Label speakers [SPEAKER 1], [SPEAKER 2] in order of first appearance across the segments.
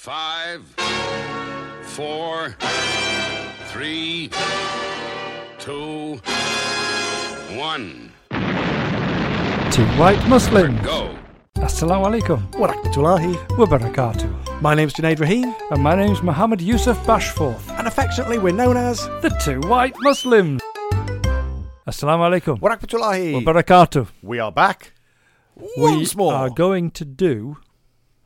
[SPEAKER 1] Five, four, three, two, one.
[SPEAKER 2] Two White Muslims.
[SPEAKER 1] Go.
[SPEAKER 2] Assalamu alaikum
[SPEAKER 3] Warakmatullahi.
[SPEAKER 2] wa barakatuh.
[SPEAKER 3] My name's Junaid Rahim,
[SPEAKER 2] And my name's Mohammed Yusuf Bashforth,
[SPEAKER 3] and affectionately we're known as
[SPEAKER 2] the Two White Muslims. Assalamu alaikum wa
[SPEAKER 3] Warakmatullahi.
[SPEAKER 2] barakatuh.
[SPEAKER 3] we are back once
[SPEAKER 2] we
[SPEAKER 3] more.
[SPEAKER 2] are going to do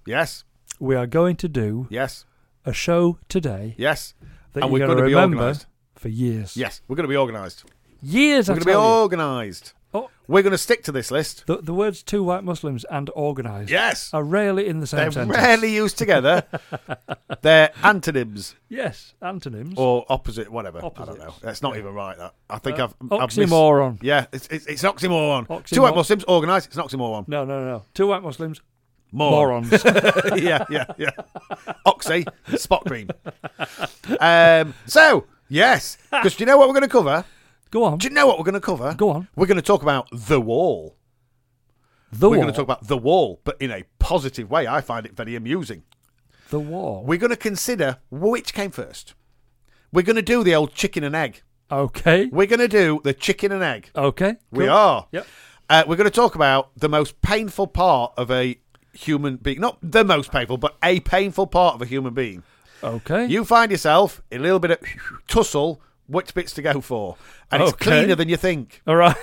[SPEAKER 3] yes,
[SPEAKER 2] we are going to do
[SPEAKER 3] yes,
[SPEAKER 2] a show today
[SPEAKER 3] yes.
[SPEAKER 2] that
[SPEAKER 3] And
[SPEAKER 2] you're
[SPEAKER 3] we're
[SPEAKER 2] going to
[SPEAKER 3] gonna be
[SPEAKER 2] remember
[SPEAKER 3] organised.
[SPEAKER 2] for years.
[SPEAKER 3] Yes, we're going to be organised.
[SPEAKER 2] Years
[SPEAKER 3] We're
[SPEAKER 2] I
[SPEAKER 3] going to be
[SPEAKER 2] tell you.
[SPEAKER 3] organised.
[SPEAKER 2] Oh.
[SPEAKER 3] We're going to stick to this list.
[SPEAKER 2] The, the words two white Muslims and organised
[SPEAKER 3] Yes.
[SPEAKER 2] are rarely in the same
[SPEAKER 3] They're
[SPEAKER 2] sentence.
[SPEAKER 3] rarely used together. They're antonyms
[SPEAKER 2] Yes, antonyms.
[SPEAKER 3] or opposite, whatever. I don't
[SPEAKER 2] Opposites.
[SPEAKER 3] know. That's not even right. That I think
[SPEAKER 2] Uh,
[SPEAKER 3] I've um, I've missed-
[SPEAKER 2] oxymoron.
[SPEAKER 3] Yeah, it's, it's, it's an oxymoron.
[SPEAKER 2] Oxymoron.
[SPEAKER 3] Two white Muslims organised. It's an oxymoron.
[SPEAKER 2] No, no, no. Two white Muslims,
[SPEAKER 3] Moron.
[SPEAKER 2] morons.
[SPEAKER 3] yeah, yeah, yeah. Oxy, spot cream. Um, so, yes, because do you know what we're going to cover?
[SPEAKER 2] Go on.
[SPEAKER 3] Do you know what we're going to cover?
[SPEAKER 2] Go on.
[SPEAKER 3] We're going to talk about the wall.
[SPEAKER 2] The
[SPEAKER 3] we're
[SPEAKER 2] war.
[SPEAKER 3] going to talk about the wall, but in a positive way. I find it very amusing.
[SPEAKER 2] the war.
[SPEAKER 3] We're going to consider which came first. We're going to do the old chicken and egg.
[SPEAKER 2] Okay.
[SPEAKER 3] We're going to do the chicken and egg.
[SPEAKER 2] Okay.
[SPEAKER 3] We
[SPEAKER 2] cool.
[SPEAKER 3] are.
[SPEAKER 2] Yep.
[SPEAKER 3] Uh, we're going to talk about the most painful part of a human being. Not the most painful, but a painful part of a human being.
[SPEAKER 2] Okay.
[SPEAKER 3] You find yourself in a little bit of tussle, which bits to go for, and it's
[SPEAKER 2] Okay.
[SPEAKER 3] cleaner than you think.
[SPEAKER 2] All right.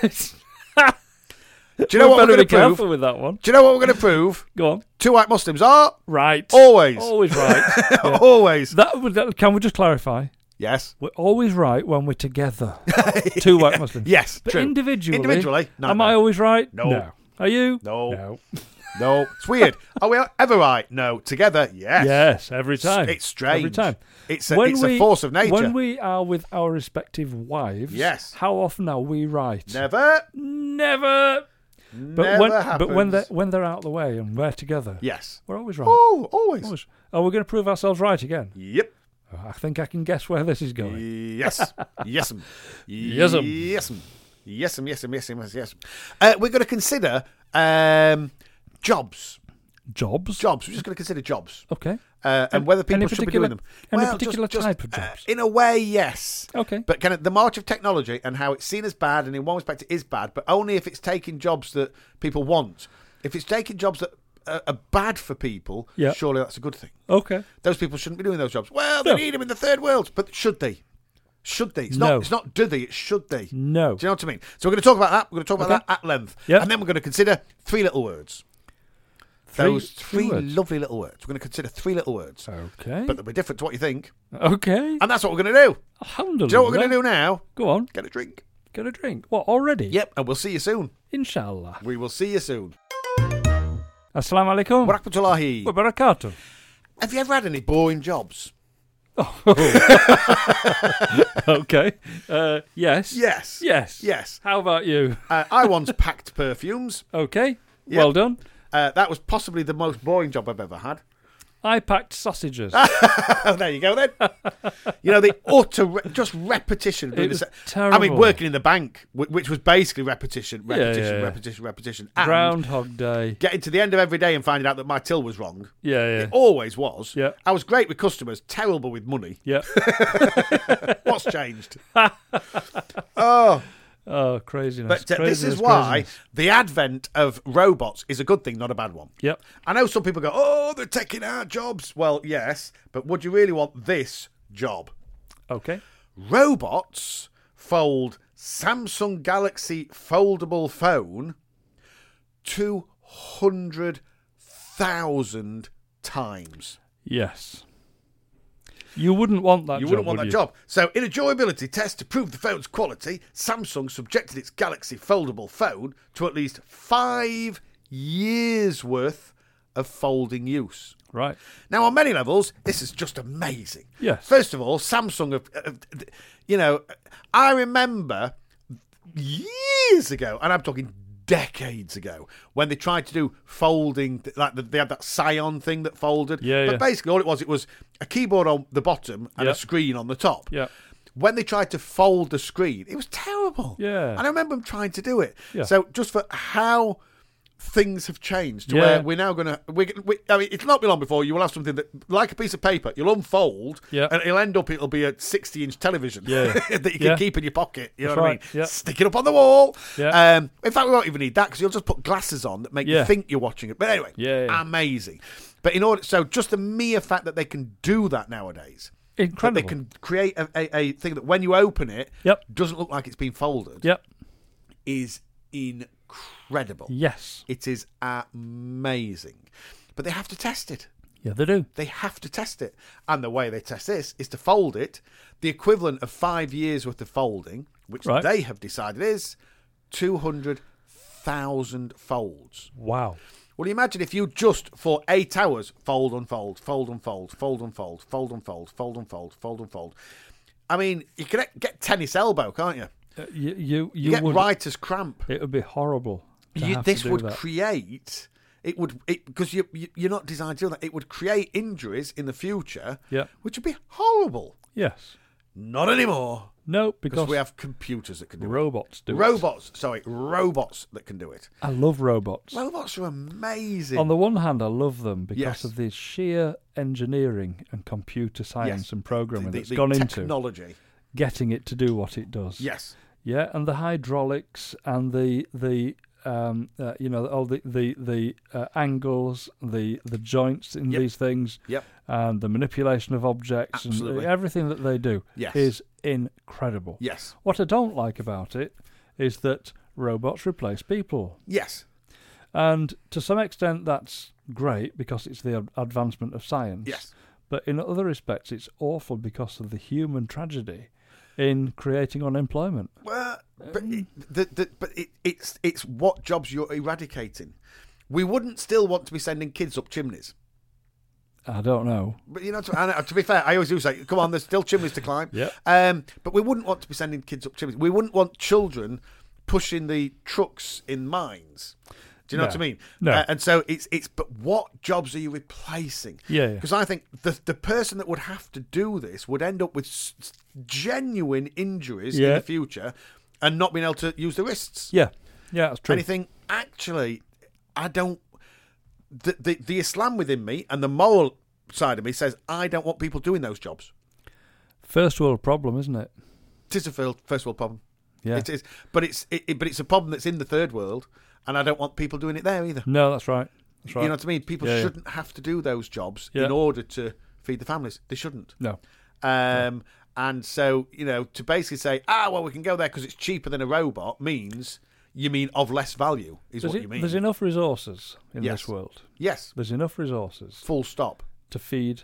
[SPEAKER 3] Do you know what
[SPEAKER 2] better
[SPEAKER 3] we're going
[SPEAKER 2] be
[SPEAKER 3] to prove?
[SPEAKER 2] careful with that one.
[SPEAKER 3] Do you know what we're going to prove?
[SPEAKER 2] Go on.
[SPEAKER 3] Two white Muslims are
[SPEAKER 2] Right.
[SPEAKER 3] always,
[SPEAKER 2] Always right. Oh, Yeah.
[SPEAKER 3] always.
[SPEAKER 2] That, would- that can we just clarify?
[SPEAKER 3] Yes,
[SPEAKER 2] We're always right when we're together. Two white Muslims.
[SPEAKER 3] yes,
[SPEAKER 2] But
[SPEAKER 3] true.
[SPEAKER 2] individually,
[SPEAKER 3] Individually, no,
[SPEAKER 2] am
[SPEAKER 3] no.
[SPEAKER 2] I always right?
[SPEAKER 3] No.
[SPEAKER 2] Are you?
[SPEAKER 3] No.
[SPEAKER 2] No.
[SPEAKER 3] no, it's weird. Are we ever right? No, together, yes.
[SPEAKER 2] Yes, every time.
[SPEAKER 3] It's strange.
[SPEAKER 2] Every time.
[SPEAKER 3] It's a, it's a force of nature.
[SPEAKER 2] When we are with our respective wives,
[SPEAKER 3] Yes.
[SPEAKER 2] how often are we right?
[SPEAKER 3] Never,
[SPEAKER 2] Never. But
[SPEAKER 3] never
[SPEAKER 2] when
[SPEAKER 3] happens.
[SPEAKER 2] but when they're when they're out of the way and we're together,
[SPEAKER 3] yes,
[SPEAKER 2] we're always right.
[SPEAKER 3] oh, always.
[SPEAKER 2] Always. Oh, we're going to prove ourselves right again.
[SPEAKER 3] Yep.
[SPEAKER 2] I think I can guess where this is going.
[SPEAKER 3] Yes. Yes'm.
[SPEAKER 2] um. Yes'm.
[SPEAKER 3] Yes'm. Yes'm, yes'm, yes'm, um, yes, yes. Uh, we're going to consider um, jobs.
[SPEAKER 2] Jobs.
[SPEAKER 3] Jobs. We're just going to consider jobs.
[SPEAKER 2] Okay.
[SPEAKER 3] Uh, and whether people
[SPEAKER 2] any
[SPEAKER 3] should be
[SPEAKER 2] particular-
[SPEAKER 3] doing them.
[SPEAKER 2] any
[SPEAKER 3] Well, just-
[SPEAKER 2] particular
[SPEAKER 3] just,
[SPEAKER 2] type of
[SPEAKER 3] uh,
[SPEAKER 2] jobs?
[SPEAKER 3] in a way, yes.
[SPEAKER 2] Okay.
[SPEAKER 3] But kind of the march of technology and how it's seen as bad, and in one respect it is bad, but only if it's taking jobs that people want. If it's taking jobs that are, are bad for people,
[SPEAKER 2] Yeah.
[SPEAKER 3] surely that's a good thing.
[SPEAKER 2] Okay.
[SPEAKER 3] Those people shouldn't be doing those jobs. Well, they
[SPEAKER 2] No.
[SPEAKER 3] need 'em need them in the third world, but should they? Should they? It's
[SPEAKER 2] No.
[SPEAKER 3] not. It's not. Do they? It's should they?
[SPEAKER 2] No.
[SPEAKER 3] Do you know what I mean? So we're going to talk about that. We're going to talk about
[SPEAKER 2] Okay.
[SPEAKER 3] that at length,
[SPEAKER 2] Yep.
[SPEAKER 3] and then we're going to consider three little words.
[SPEAKER 2] Three-
[SPEAKER 3] those
[SPEAKER 2] three
[SPEAKER 3] three
[SPEAKER 2] words.
[SPEAKER 3] lovely little words. We're going to consider three little words,
[SPEAKER 2] Okay.
[SPEAKER 3] but they'll be different to what you think,
[SPEAKER 2] okay.
[SPEAKER 3] and that's what we're going to do.
[SPEAKER 2] Alhamdulillah.
[SPEAKER 3] Do you know what we're going
[SPEAKER 2] Mm-hmm.
[SPEAKER 3] to do now?
[SPEAKER 2] Go on.
[SPEAKER 3] Get a drink.
[SPEAKER 2] Get a drink. What already?
[SPEAKER 3] Yep, and we'll see you soon.
[SPEAKER 2] Inshallah.
[SPEAKER 3] We will see you soon.
[SPEAKER 2] Assalamu alaikum.
[SPEAKER 3] Wa rahmatullahi.
[SPEAKER 2] Wa barakatuh.
[SPEAKER 3] Have you ever had any boring jobs?
[SPEAKER 2] okay. Uh, yes.
[SPEAKER 3] Yes.
[SPEAKER 2] Yes.
[SPEAKER 3] Yes.
[SPEAKER 2] How about you?
[SPEAKER 3] Uh, I once packed perfumes.
[SPEAKER 2] Okay. Well done.
[SPEAKER 3] Uh, that was possibly the most boring job I've ever had.
[SPEAKER 2] I packed sausages.
[SPEAKER 3] Oh, there you go then. you know the utter re- just repetition. of doing
[SPEAKER 2] It was
[SPEAKER 3] the sa- I mean,
[SPEAKER 2] terrible.
[SPEAKER 3] working in the bank, whi- which was basically repetition,
[SPEAKER 2] Yeah, yeah,
[SPEAKER 3] repetition,
[SPEAKER 2] yeah.
[SPEAKER 3] repetition, repetition, and
[SPEAKER 2] Groundhog Day.
[SPEAKER 3] getting to the end of every day and finding out that my till was wrong.
[SPEAKER 2] Yeah, yeah.
[SPEAKER 3] It always was.
[SPEAKER 2] Yeah.
[SPEAKER 3] I was great with customers, terrible with money.
[SPEAKER 2] Yeah.
[SPEAKER 3] What's changed? oh,
[SPEAKER 2] Oh, craziness.
[SPEAKER 3] but uh, this
[SPEAKER 2] Craziness,
[SPEAKER 3] is why
[SPEAKER 2] craziness.
[SPEAKER 3] the advent of robots is a good thing, not a bad one.
[SPEAKER 2] Yep.
[SPEAKER 3] I know some people go, "Oh, they're taking our jobs." Well, yes, but would you really want this job?
[SPEAKER 2] Okay.
[SPEAKER 3] robots fold Samsung Galaxy foldable phone 200,000 times.
[SPEAKER 2] Yes. You wouldn't want that
[SPEAKER 3] You
[SPEAKER 2] job.
[SPEAKER 3] wouldn't want
[SPEAKER 2] would you?
[SPEAKER 3] that job. So, in a durability test to prove the phone's quality, Samsung subjected its Galaxy foldable phone to at least five years worth of folding use.
[SPEAKER 2] Right.
[SPEAKER 3] Now, on many levels, this is just amazing.
[SPEAKER 2] Yes.
[SPEAKER 3] First of all, Samsung have, have- you know, I remember years ago, and I'm talking decades ago, when they tried to do folding, like they had that Scion thing that folded.
[SPEAKER 2] Yeah,
[SPEAKER 3] But
[SPEAKER 2] yeah.
[SPEAKER 3] basically, all it was, it was a keyboard on the bottom and
[SPEAKER 2] Yeah.
[SPEAKER 3] a screen on the top.
[SPEAKER 2] Yeah.
[SPEAKER 3] When they tried to fold the screen, it was terrible.
[SPEAKER 2] Yeah.
[SPEAKER 3] And I remember them trying to do it.
[SPEAKER 2] Yeah.
[SPEAKER 3] So just for how things have changed to
[SPEAKER 2] Yeah.
[SPEAKER 3] where we're now going to. We, we, I mean, it's not be long before you will have something that, like a piece of paper, you'll unfold,
[SPEAKER 2] Yeah.
[SPEAKER 3] and it'll end up. It'll be a sixty-inch television
[SPEAKER 2] Yeah.
[SPEAKER 3] that you can
[SPEAKER 2] Yeah.
[SPEAKER 3] keep in your pocket. You know
[SPEAKER 2] That's
[SPEAKER 3] what
[SPEAKER 2] right,
[SPEAKER 3] I mean?
[SPEAKER 2] yeah.
[SPEAKER 3] Stick it up on the wall.
[SPEAKER 2] Yeah.
[SPEAKER 3] Um, in fact, we won't even need that because you'll just put glasses on that make you
[SPEAKER 2] Yeah.
[SPEAKER 3] think you're watching it. But anyway,
[SPEAKER 2] Yeah, yeah.
[SPEAKER 3] amazing. But in order, so just the mere fact that they can do that nowadays. That
[SPEAKER 2] Incredible.
[SPEAKER 3] they can create a, a, a thing that when you open it,
[SPEAKER 2] Yep.
[SPEAKER 3] doesn't look like it's been folded
[SPEAKER 2] Yep.
[SPEAKER 3] is incredible.
[SPEAKER 2] Yes.
[SPEAKER 3] It is amazing. But they have to test it.
[SPEAKER 2] Yeah, they do.
[SPEAKER 3] They have to test it. And the way they test this is to fold it, the equivalent of five years worth of folding, which
[SPEAKER 2] Right.
[SPEAKER 3] they have decided is 200,000 folds.
[SPEAKER 2] Wow.
[SPEAKER 3] Well, imagine if you just for eight hours fold, unfold, fold, unfold, fold, unfold, fold, unfold, fold, unfold, fold, unfold. I mean, you can get tennis elbow, can't you?
[SPEAKER 2] Uh, you you, you,
[SPEAKER 3] You get
[SPEAKER 2] would.
[SPEAKER 3] writer's cramp.
[SPEAKER 2] It would be horrible. To
[SPEAKER 3] you,
[SPEAKER 2] have
[SPEAKER 3] this
[SPEAKER 2] to do
[SPEAKER 3] would
[SPEAKER 2] that.
[SPEAKER 3] create it would because you, you you're not designed to do that. It would create injuries in the future,
[SPEAKER 2] Yeah.
[SPEAKER 3] which would be horrible.
[SPEAKER 2] yes.
[SPEAKER 3] Not anymore
[SPEAKER 2] No,
[SPEAKER 3] because
[SPEAKER 2] because
[SPEAKER 3] we have computers that can do
[SPEAKER 2] robots
[SPEAKER 3] it.
[SPEAKER 2] do. it.
[SPEAKER 3] Robots, sorry, robots that can do it.
[SPEAKER 2] I love robots.
[SPEAKER 3] Robots are amazing.
[SPEAKER 2] On the one hand, I love them because
[SPEAKER 3] Yes.
[SPEAKER 2] of the sheer engineering and computer science and programming
[SPEAKER 3] the,
[SPEAKER 2] that's
[SPEAKER 3] the
[SPEAKER 2] gone into
[SPEAKER 3] technology.
[SPEAKER 2] getting it to do what it does.
[SPEAKER 3] Yes,
[SPEAKER 2] Yeah, and the hydraulics and the the um, uh, you know all the the the uh, angles, the the joints in
[SPEAKER 3] Yep.
[SPEAKER 2] these things,
[SPEAKER 3] Yep.
[SPEAKER 2] and the manipulation of objects
[SPEAKER 3] Absolutely.
[SPEAKER 2] and everything that they do
[SPEAKER 3] Yes.
[SPEAKER 2] is incredible.
[SPEAKER 3] yes,
[SPEAKER 2] What I don't like about it is that robots replace people.
[SPEAKER 3] yes,
[SPEAKER 2] And to some extent, that's great because it's the ad- advancement of science.
[SPEAKER 3] Yes.
[SPEAKER 2] But in other respects, it's awful because of the human tragedy in creating unemployment.
[SPEAKER 3] Well, but
[SPEAKER 2] Um.
[SPEAKER 3] it, the, the, but it, it's it's what jobs you're eradicating. We wouldn't still want to be sending kids up chimneys.
[SPEAKER 2] I don't know.
[SPEAKER 3] But you know, to, and, uh, to be fair, I always do say, "Come on, there's still chimneys to climb."
[SPEAKER 2] Yeah.
[SPEAKER 3] Um, but we wouldn't want to be sending kids up chimneys. We wouldn't want children pushing the trucks in mines. Do you know
[SPEAKER 2] No.
[SPEAKER 3] what I mean?
[SPEAKER 2] No.
[SPEAKER 3] Uh, and so it's it's. But what jobs are you replacing?
[SPEAKER 2] Yeah, yeah.
[SPEAKER 3] Because I think the the person that would have to do this would end up with s- s- genuine injuries in
[SPEAKER 2] Yeah.
[SPEAKER 3] the future, and not being able to use the wrists
[SPEAKER 2] Yeah. Yeah, that's true.
[SPEAKER 3] anything. Actually, I don't. The, the the Islam within me and the moral side of me says I don't want people doing those jobs.
[SPEAKER 2] First world problem, isn't it?
[SPEAKER 3] Tis a fir- first world problem.
[SPEAKER 2] Yeah.
[SPEAKER 3] It is, but it's it, it- but it's a problem that's in the third world, and I don't want people doing it there either.
[SPEAKER 2] No, that's right. That's right.
[SPEAKER 3] You know what I mean? People
[SPEAKER 2] Yeah, yeah.
[SPEAKER 3] shouldn't have to do those jobs
[SPEAKER 2] Yeah.
[SPEAKER 3] in order to feed the families. They shouldn't.
[SPEAKER 2] no.
[SPEAKER 3] Um, and so you know to basically say ah well we can go there because it's cheaper than a robot means you mean of less value is
[SPEAKER 2] There's,
[SPEAKER 3] what
[SPEAKER 2] e-
[SPEAKER 3] you mean.
[SPEAKER 2] there's enough resources in
[SPEAKER 3] Yes.
[SPEAKER 2] this world.
[SPEAKER 3] yes,
[SPEAKER 2] There's enough resources
[SPEAKER 3] full stop.
[SPEAKER 2] to feed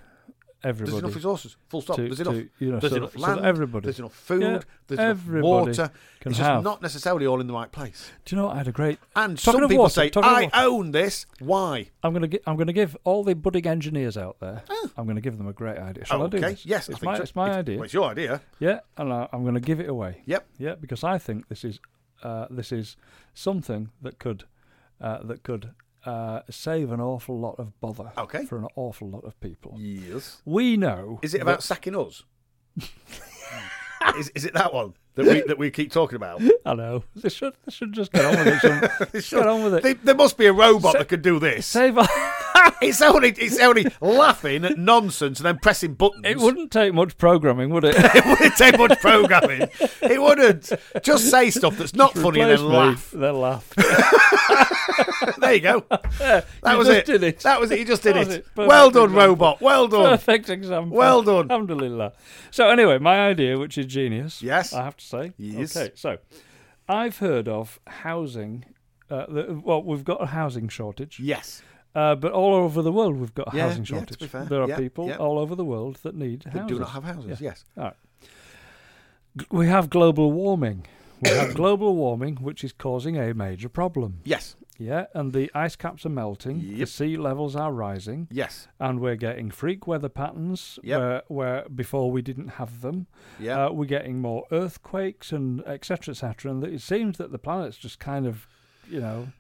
[SPEAKER 2] everybody.
[SPEAKER 3] There's enough resources. Full stop.
[SPEAKER 2] to-
[SPEAKER 3] there's enough.
[SPEAKER 2] to, you know,
[SPEAKER 3] there's
[SPEAKER 2] so
[SPEAKER 3] enough
[SPEAKER 2] that- so that
[SPEAKER 3] land.
[SPEAKER 2] everybody-
[SPEAKER 3] There's enough food.
[SPEAKER 2] Yeah,
[SPEAKER 3] there's enough
[SPEAKER 2] everybody
[SPEAKER 3] water.
[SPEAKER 2] can
[SPEAKER 3] it's
[SPEAKER 2] have.
[SPEAKER 3] just not necessarily all in the right place.
[SPEAKER 2] Do you know what? I had a great. Talking
[SPEAKER 3] And some
[SPEAKER 2] of
[SPEAKER 3] people
[SPEAKER 2] water,
[SPEAKER 3] say,
[SPEAKER 2] talking of
[SPEAKER 3] "I
[SPEAKER 2] water.
[SPEAKER 3] own this." Why?
[SPEAKER 2] I'm gonna gi- I'm gonna give all the budding engineers out there. I'm gonna give them a great idea. Shall I do
[SPEAKER 3] Ah. okay.
[SPEAKER 2] this?
[SPEAKER 3] Yes, I
[SPEAKER 2] it's
[SPEAKER 3] think
[SPEAKER 2] my,
[SPEAKER 3] so.
[SPEAKER 2] it's my idea.
[SPEAKER 3] Well, it's your idea.
[SPEAKER 2] Yeah, and I, I'm gonna give it away.
[SPEAKER 3] Yep.
[SPEAKER 2] Yeah, because I think this is uh, this is something that could uh, that could uh, save an awful lot of bother.
[SPEAKER 3] Okay.
[SPEAKER 2] For an awful lot of people.
[SPEAKER 3] Yes.
[SPEAKER 2] We know.
[SPEAKER 3] Is it about sacking us? is, is it that one that we that we keep talking about?
[SPEAKER 2] I know. They should they should just get on with it. shouldn't they? get on with it.
[SPEAKER 3] There- there must be a robot that could do this.
[SPEAKER 2] Save.
[SPEAKER 3] It's only it's only laughing at nonsense and then pressing buttons.
[SPEAKER 2] it wouldn't take much programming, would it?
[SPEAKER 3] It wouldn't take much programming. It wouldn't. Just say stuff that's not funny and
[SPEAKER 2] Replace
[SPEAKER 3] then
[SPEAKER 2] me,
[SPEAKER 3] laugh.
[SPEAKER 2] Then laugh.
[SPEAKER 3] There you go. That
[SPEAKER 2] You
[SPEAKER 3] was
[SPEAKER 2] just
[SPEAKER 3] it.
[SPEAKER 2] did it.
[SPEAKER 3] That was it. You just did
[SPEAKER 2] That
[SPEAKER 3] it.
[SPEAKER 2] was it. Perfect
[SPEAKER 3] Well done,
[SPEAKER 2] example.
[SPEAKER 3] robot. Well done.
[SPEAKER 2] Perfect example.
[SPEAKER 3] Well done.
[SPEAKER 2] Alhamdulillah. So anyway, my idea, which is genius.
[SPEAKER 3] Yes.
[SPEAKER 2] I have to say.
[SPEAKER 3] Yes.
[SPEAKER 2] Okay. So, I've heard of housing. Uh, the, well, we've got a housing shortage,
[SPEAKER 3] Yes.
[SPEAKER 2] uh, but all over the world we've got a
[SPEAKER 3] Yeah,
[SPEAKER 2] housing
[SPEAKER 3] yeah, to
[SPEAKER 2] shortage.
[SPEAKER 3] be fair.
[SPEAKER 2] There are
[SPEAKER 3] Yeah,
[SPEAKER 2] people
[SPEAKER 3] yeah.
[SPEAKER 2] all over the world that need
[SPEAKER 3] They
[SPEAKER 2] houses.
[SPEAKER 3] do not have houses. Yes.
[SPEAKER 2] All right. G- We have global warming. We have global warming, which is causing a major problem.
[SPEAKER 3] Yes.
[SPEAKER 2] Yeah, and the ice caps are melting. The
[SPEAKER 3] Yep.
[SPEAKER 2] sea levels are rising
[SPEAKER 3] Yes.
[SPEAKER 2] and we're getting freak weather patterns
[SPEAKER 3] Yep.
[SPEAKER 2] where, where before we didn't have them.
[SPEAKER 3] Yeah.
[SPEAKER 2] Uh, we're getting more earthquakes and etc. Cetera, etc. Cetera, and it seems that the planet's just kind of, you know,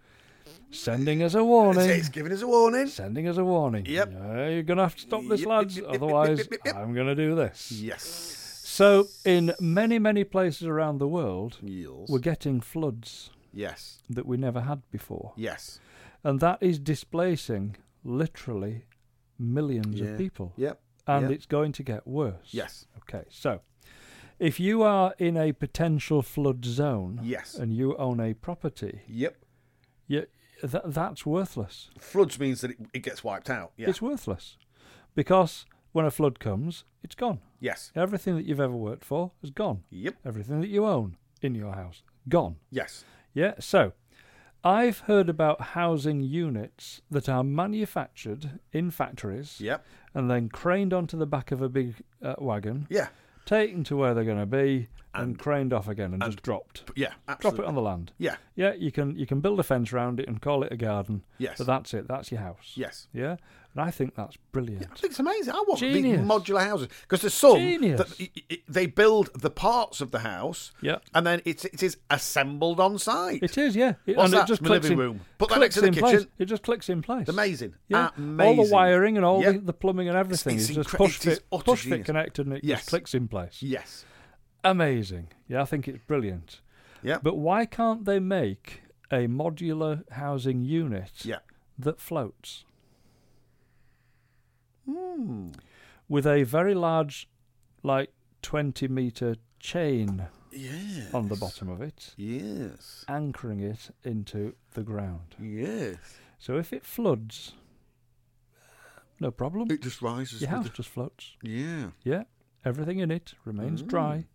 [SPEAKER 2] sending us a warning.
[SPEAKER 3] it's giving us a warning.
[SPEAKER 2] sending us a warning.
[SPEAKER 3] Yep.
[SPEAKER 2] Yeah, you're gonna have to stop this,
[SPEAKER 3] Yep,
[SPEAKER 2] lads.
[SPEAKER 3] yep, yep, yep,
[SPEAKER 2] Otherwise,
[SPEAKER 3] yep, yep, yep.
[SPEAKER 2] I'm gonna do this.
[SPEAKER 3] Yes.
[SPEAKER 2] So, in many many places around the world,
[SPEAKER 3] Yes.
[SPEAKER 2] we're getting floods
[SPEAKER 3] Yes.
[SPEAKER 2] that we never had before.
[SPEAKER 3] Yes.
[SPEAKER 2] and that is displacing literally millions
[SPEAKER 3] Yeah.
[SPEAKER 2] of people,
[SPEAKER 3] Yep.
[SPEAKER 2] and
[SPEAKER 3] yeah.
[SPEAKER 2] it's going to get worse.
[SPEAKER 3] Yes.
[SPEAKER 2] Okay, so if you are in a potential flood zone,
[SPEAKER 3] Yes.
[SPEAKER 2] and you own a property,
[SPEAKER 3] Yep.
[SPEAKER 2] you, th- that's worthless.
[SPEAKER 3] Floods means that it, it gets wiped out. Yeah.
[SPEAKER 2] It's worthless because when a flood comes, it's gone.
[SPEAKER 3] Yes.
[SPEAKER 2] Everything that you've ever worked for is gone.
[SPEAKER 3] Yep.
[SPEAKER 2] Everything that you own in your house, gone.
[SPEAKER 3] Yes.
[SPEAKER 2] Yeah, so I've heard about housing units that are manufactured in factories
[SPEAKER 3] Yep.
[SPEAKER 2] and then craned onto the back of a big uh, wagon,
[SPEAKER 3] Yeah.
[SPEAKER 2] taken to where they're going to be, and, craned off again and, just dropped.
[SPEAKER 3] Yeah.
[SPEAKER 2] Drop
[SPEAKER 3] Absolutely.
[SPEAKER 2] it on the land.
[SPEAKER 3] Yeah.
[SPEAKER 2] Yeah, you can you can build a fence around it and call it a garden.
[SPEAKER 3] Yes.
[SPEAKER 2] But that's it. That's your house.
[SPEAKER 3] Yes.
[SPEAKER 2] Yeah, and I think that's brilliant.
[SPEAKER 3] I think it's amazing. I want these
[SPEAKER 2] Genius.
[SPEAKER 3] modular houses because there's some
[SPEAKER 2] Genius.
[SPEAKER 3] that i- i- they build the parts of the house,
[SPEAKER 2] Yep.
[SPEAKER 3] and then it's it is assembled on site.
[SPEAKER 2] It is, yeah. It,
[SPEAKER 3] What's
[SPEAKER 2] and
[SPEAKER 3] that?
[SPEAKER 2] it just
[SPEAKER 3] My
[SPEAKER 2] clicks
[SPEAKER 3] living
[SPEAKER 2] in,
[SPEAKER 3] room. Put that next to
[SPEAKER 2] clicks
[SPEAKER 3] the
[SPEAKER 2] in place.
[SPEAKER 3] kitchen.
[SPEAKER 2] It just clicks in place.
[SPEAKER 3] Amazing.
[SPEAKER 2] Yeah.
[SPEAKER 3] Amazing.
[SPEAKER 2] All the wiring and all
[SPEAKER 3] Yeah.
[SPEAKER 2] the, the plumbing and everything
[SPEAKER 3] it's
[SPEAKER 2] is just
[SPEAKER 3] incre-
[SPEAKER 2] push
[SPEAKER 3] it is
[SPEAKER 2] fit,
[SPEAKER 3] utter
[SPEAKER 2] push fit
[SPEAKER 3] genius.
[SPEAKER 2] connected, and it
[SPEAKER 3] Yes.
[SPEAKER 2] just clicks in place.
[SPEAKER 3] Yes.
[SPEAKER 2] Amazing. Yeah, I think it's brilliant.
[SPEAKER 3] Yeah.
[SPEAKER 2] But why can't they make a modular housing unit
[SPEAKER 3] yeah.
[SPEAKER 2] that floats
[SPEAKER 3] Hmm.
[SPEAKER 2] with a very large, like twenty meter chain
[SPEAKER 3] Yes.
[SPEAKER 2] on the bottom of it,
[SPEAKER 3] Yes.
[SPEAKER 2] anchoring it into the ground?
[SPEAKER 3] Yes.
[SPEAKER 2] So if it floods, no problem.
[SPEAKER 3] It just rises.
[SPEAKER 2] Your
[SPEAKER 3] with
[SPEAKER 2] house
[SPEAKER 3] the-
[SPEAKER 2] just floats.
[SPEAKER 3] yeah.
[SPEAKER 2] Yeah, everything in it remains dry.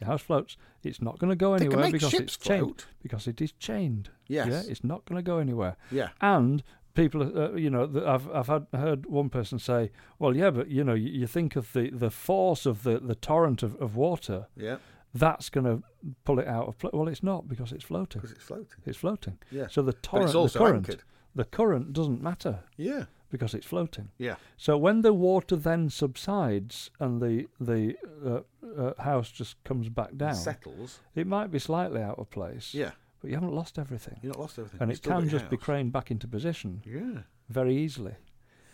[SPEAKER 2] Your house floats. It's not going to go
[SPEAKER 3] Mm. They can
[SPEAKER 2] anywhere
[SPEAKER 3] make
[SPEAKER 2] because
[SPEAKER 3] ships
[SPEAKER 2] it's chained.
[SPEAKER 3] float.
[SPEAKER 2] Because it is chained.
[SPEAKER 3] Yes.
[SPEAKER 2] Yeah, it's not going to go anywhere.
[SPEAKER 3] Yeah.
[SPEAKER 2] And people, uh, you know, th- I've I've had, heard one person say, "Well, yeah, but you know, you, you think of the, the force of the, the torrent of, of water.
[SPEAKER 3] Yeah.
[SPEAKER 2] That's going to pull it out of. Pl- well, it's not because it's floating.
[SPEAKER 3] Because it's floating.
[SPEAKER 2] It's floating.
[SPEAKER 3] Yeah.
[SPEAKER 2] So the torrent,
[SPEAKER 3] also
[SPEAKER 2] the current,
[SPEAKER 3] anchored.
[SPEAKER 2] the current doesn't matter
[SPEAKER 3] Yeah.
[SPEAKER 2] because it's floating.
[SPEAKER 3] Yeah.
[SPEAKER 2] So when the water then subsides and the the uh, uh, house just comes back down,
[SPEAKER 3] Settles.
[SPEAKER 2] it might be slightly out of place.
[SPEAKER 3] Yeah.
[SPEAKER 2] But you haven't lost everything,
[SPEAKER 3] You're not lost everything.
[SPEAKER 2] and
[SPEAKER 3] You've
[SPEAKER 2] it
[SPEAKER 3] still got
[SPEAKER 2] can
[SPEAKER 3] your
[SPEAKER 2] just be
[SPEAKER 3] house.
[SPEAKER 2] craned back into position
[SPEAKER 3] Yeah.
[SPEAKER 2] very easily.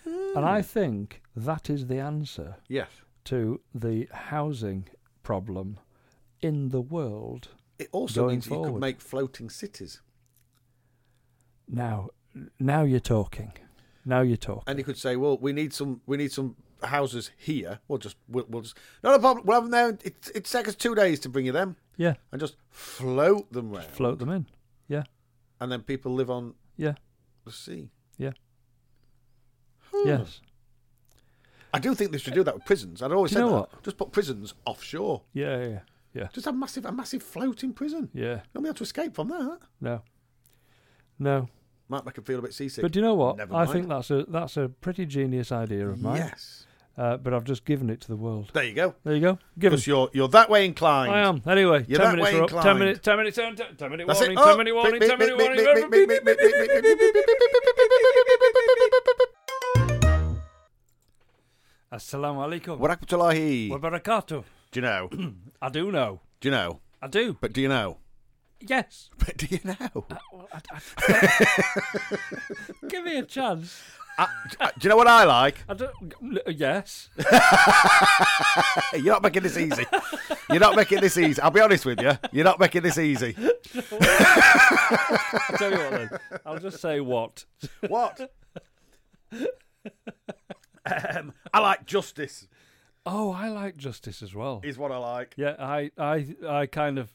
[SPEAKER 2] And I think that is the answer
[SPEAKER 3] Yes.
[SPEAKER 2] to the housing problem in the world
[SPEAKER 3] It also
[SPEAKER 2] Going
[SPEAKER 3] means that you could
[SPEAKER 2] forward.
[SPEAKER 3] make floating cities.
[SPEAKER 2] now. Now you're talking. Now you're talking.
[SPEAKER 3] and you could say, "Well, we need some, we need some houses here. We'll just, we'll, we'll just, not a problem. We'll have them there. It, it takes us two days to bring you them,
[SPEAKER 2] Yeah,
[SPEAKER 3] and just float them round,
[SPEAKER 2] float them in. Yeah,
[SPEAKER 3] and then people live on
[SPEAKER 2] yeah,
[SPEAKER 3] the sea."
[SPEAKER 2] yeah. Yes.
[SPEAKER 3] I do think they should do that with prisons. I'd always
[SPEAKER 2] Do
[SPEAKER 3] said
[SPEAKER 2] you know
[SPEAKER 3] that. Just put prisons offshore.
[SPEAKER 2] Yeah, yeah, yeah. Yeah.
[SPEAKER 3] Just have massive, a massive floating prison.
[SPEAKER 2] Yeah.
[SPEAKER 3] You'll be able to escape from that.
[SPEAKER 2] No. No.
[SPEAKER 3] Might make them feel a bit seasick.
[SPEAKER 2] But do you know what?
[SPEAKER 3] Never
[SPEAKER 2] I
[SPEAKER 3] mind.
[SPEAKER 2] think that's a that's a pretty genius idea of mine.
[SPEAKER 3] yes,
[SPEAKER 2] Uh, but I've just given it to the world.
[SPEAKER 3] there you go.
[SPEAKER 2] There you go. Give
[SPEAKER 3] Because
[SPEAKER 2] us.
[SPEAKER 3] you're you're that way inclined.
[SPEAKER 2] I am. Anyway,
[SPEAKER 3] You're that
[SPEAKER 2] ten minutes
[SPEAKER 3] way
[SPEAKER 2] are up. Ten
[SPEAKER 3] inclined.
[SPEAKER 2] minutes. Ten minutes. Ten, ten, ten minute
[SPEAKER 3] That's
[SPEAKER 2] warning.
[SPEAKER 3] it. Oh,
[SPEAKER 2] Ten minute warning.
[SPEAKER 3] beep,
[SPEAKER 2] Ten
[SPEAKER 3] beep,
[SPEAKER 2] minute
[SPEAKER 3] beep,
[SPEAKER 2] warning.
[SPEAKER 3] beep, beep, beep, beep, beep, beep, beep, beep, beep, beep, beep, beep, beep, beep.
[SPEAKER 2] Assalamu alaikum.
[SPEAKER 3] Warakmatullahi.
[SPEAKER 2] Wa
[SPEAKER 3] Do
[SPEAKER 2] barakatuh.
[SPEAKER 3] you know? Do
[SPEAKER 2] I do know.
[SPEAKER 3] you know?
[SPEAKER 2] I do.
[SPEAKER 3] But do you know?
[SPEAKER 2] Yes.
[SPEAKER 3] But do you know?
[SPEAKER 2] Well, I- I- Give me a chance.
[SPEAKER 3] I, I- uh, do you know what I like?
[SPEAKER 2] I don't. Yes.
[SPEAKER 3] Hey, You're not making this easy. You're not making this easy. I'll be honest with you. You're not making this easy.
[SPEAKER 2] I tell you what. Then I'll just say what.
[SPEAKER 3] What? um, I like justice.
[SPEAKER 2] Oh, I like justice as well.
[SPEAKER 3] Is what I like.
[SPEAKER 2] Yeah, I, I, I kind of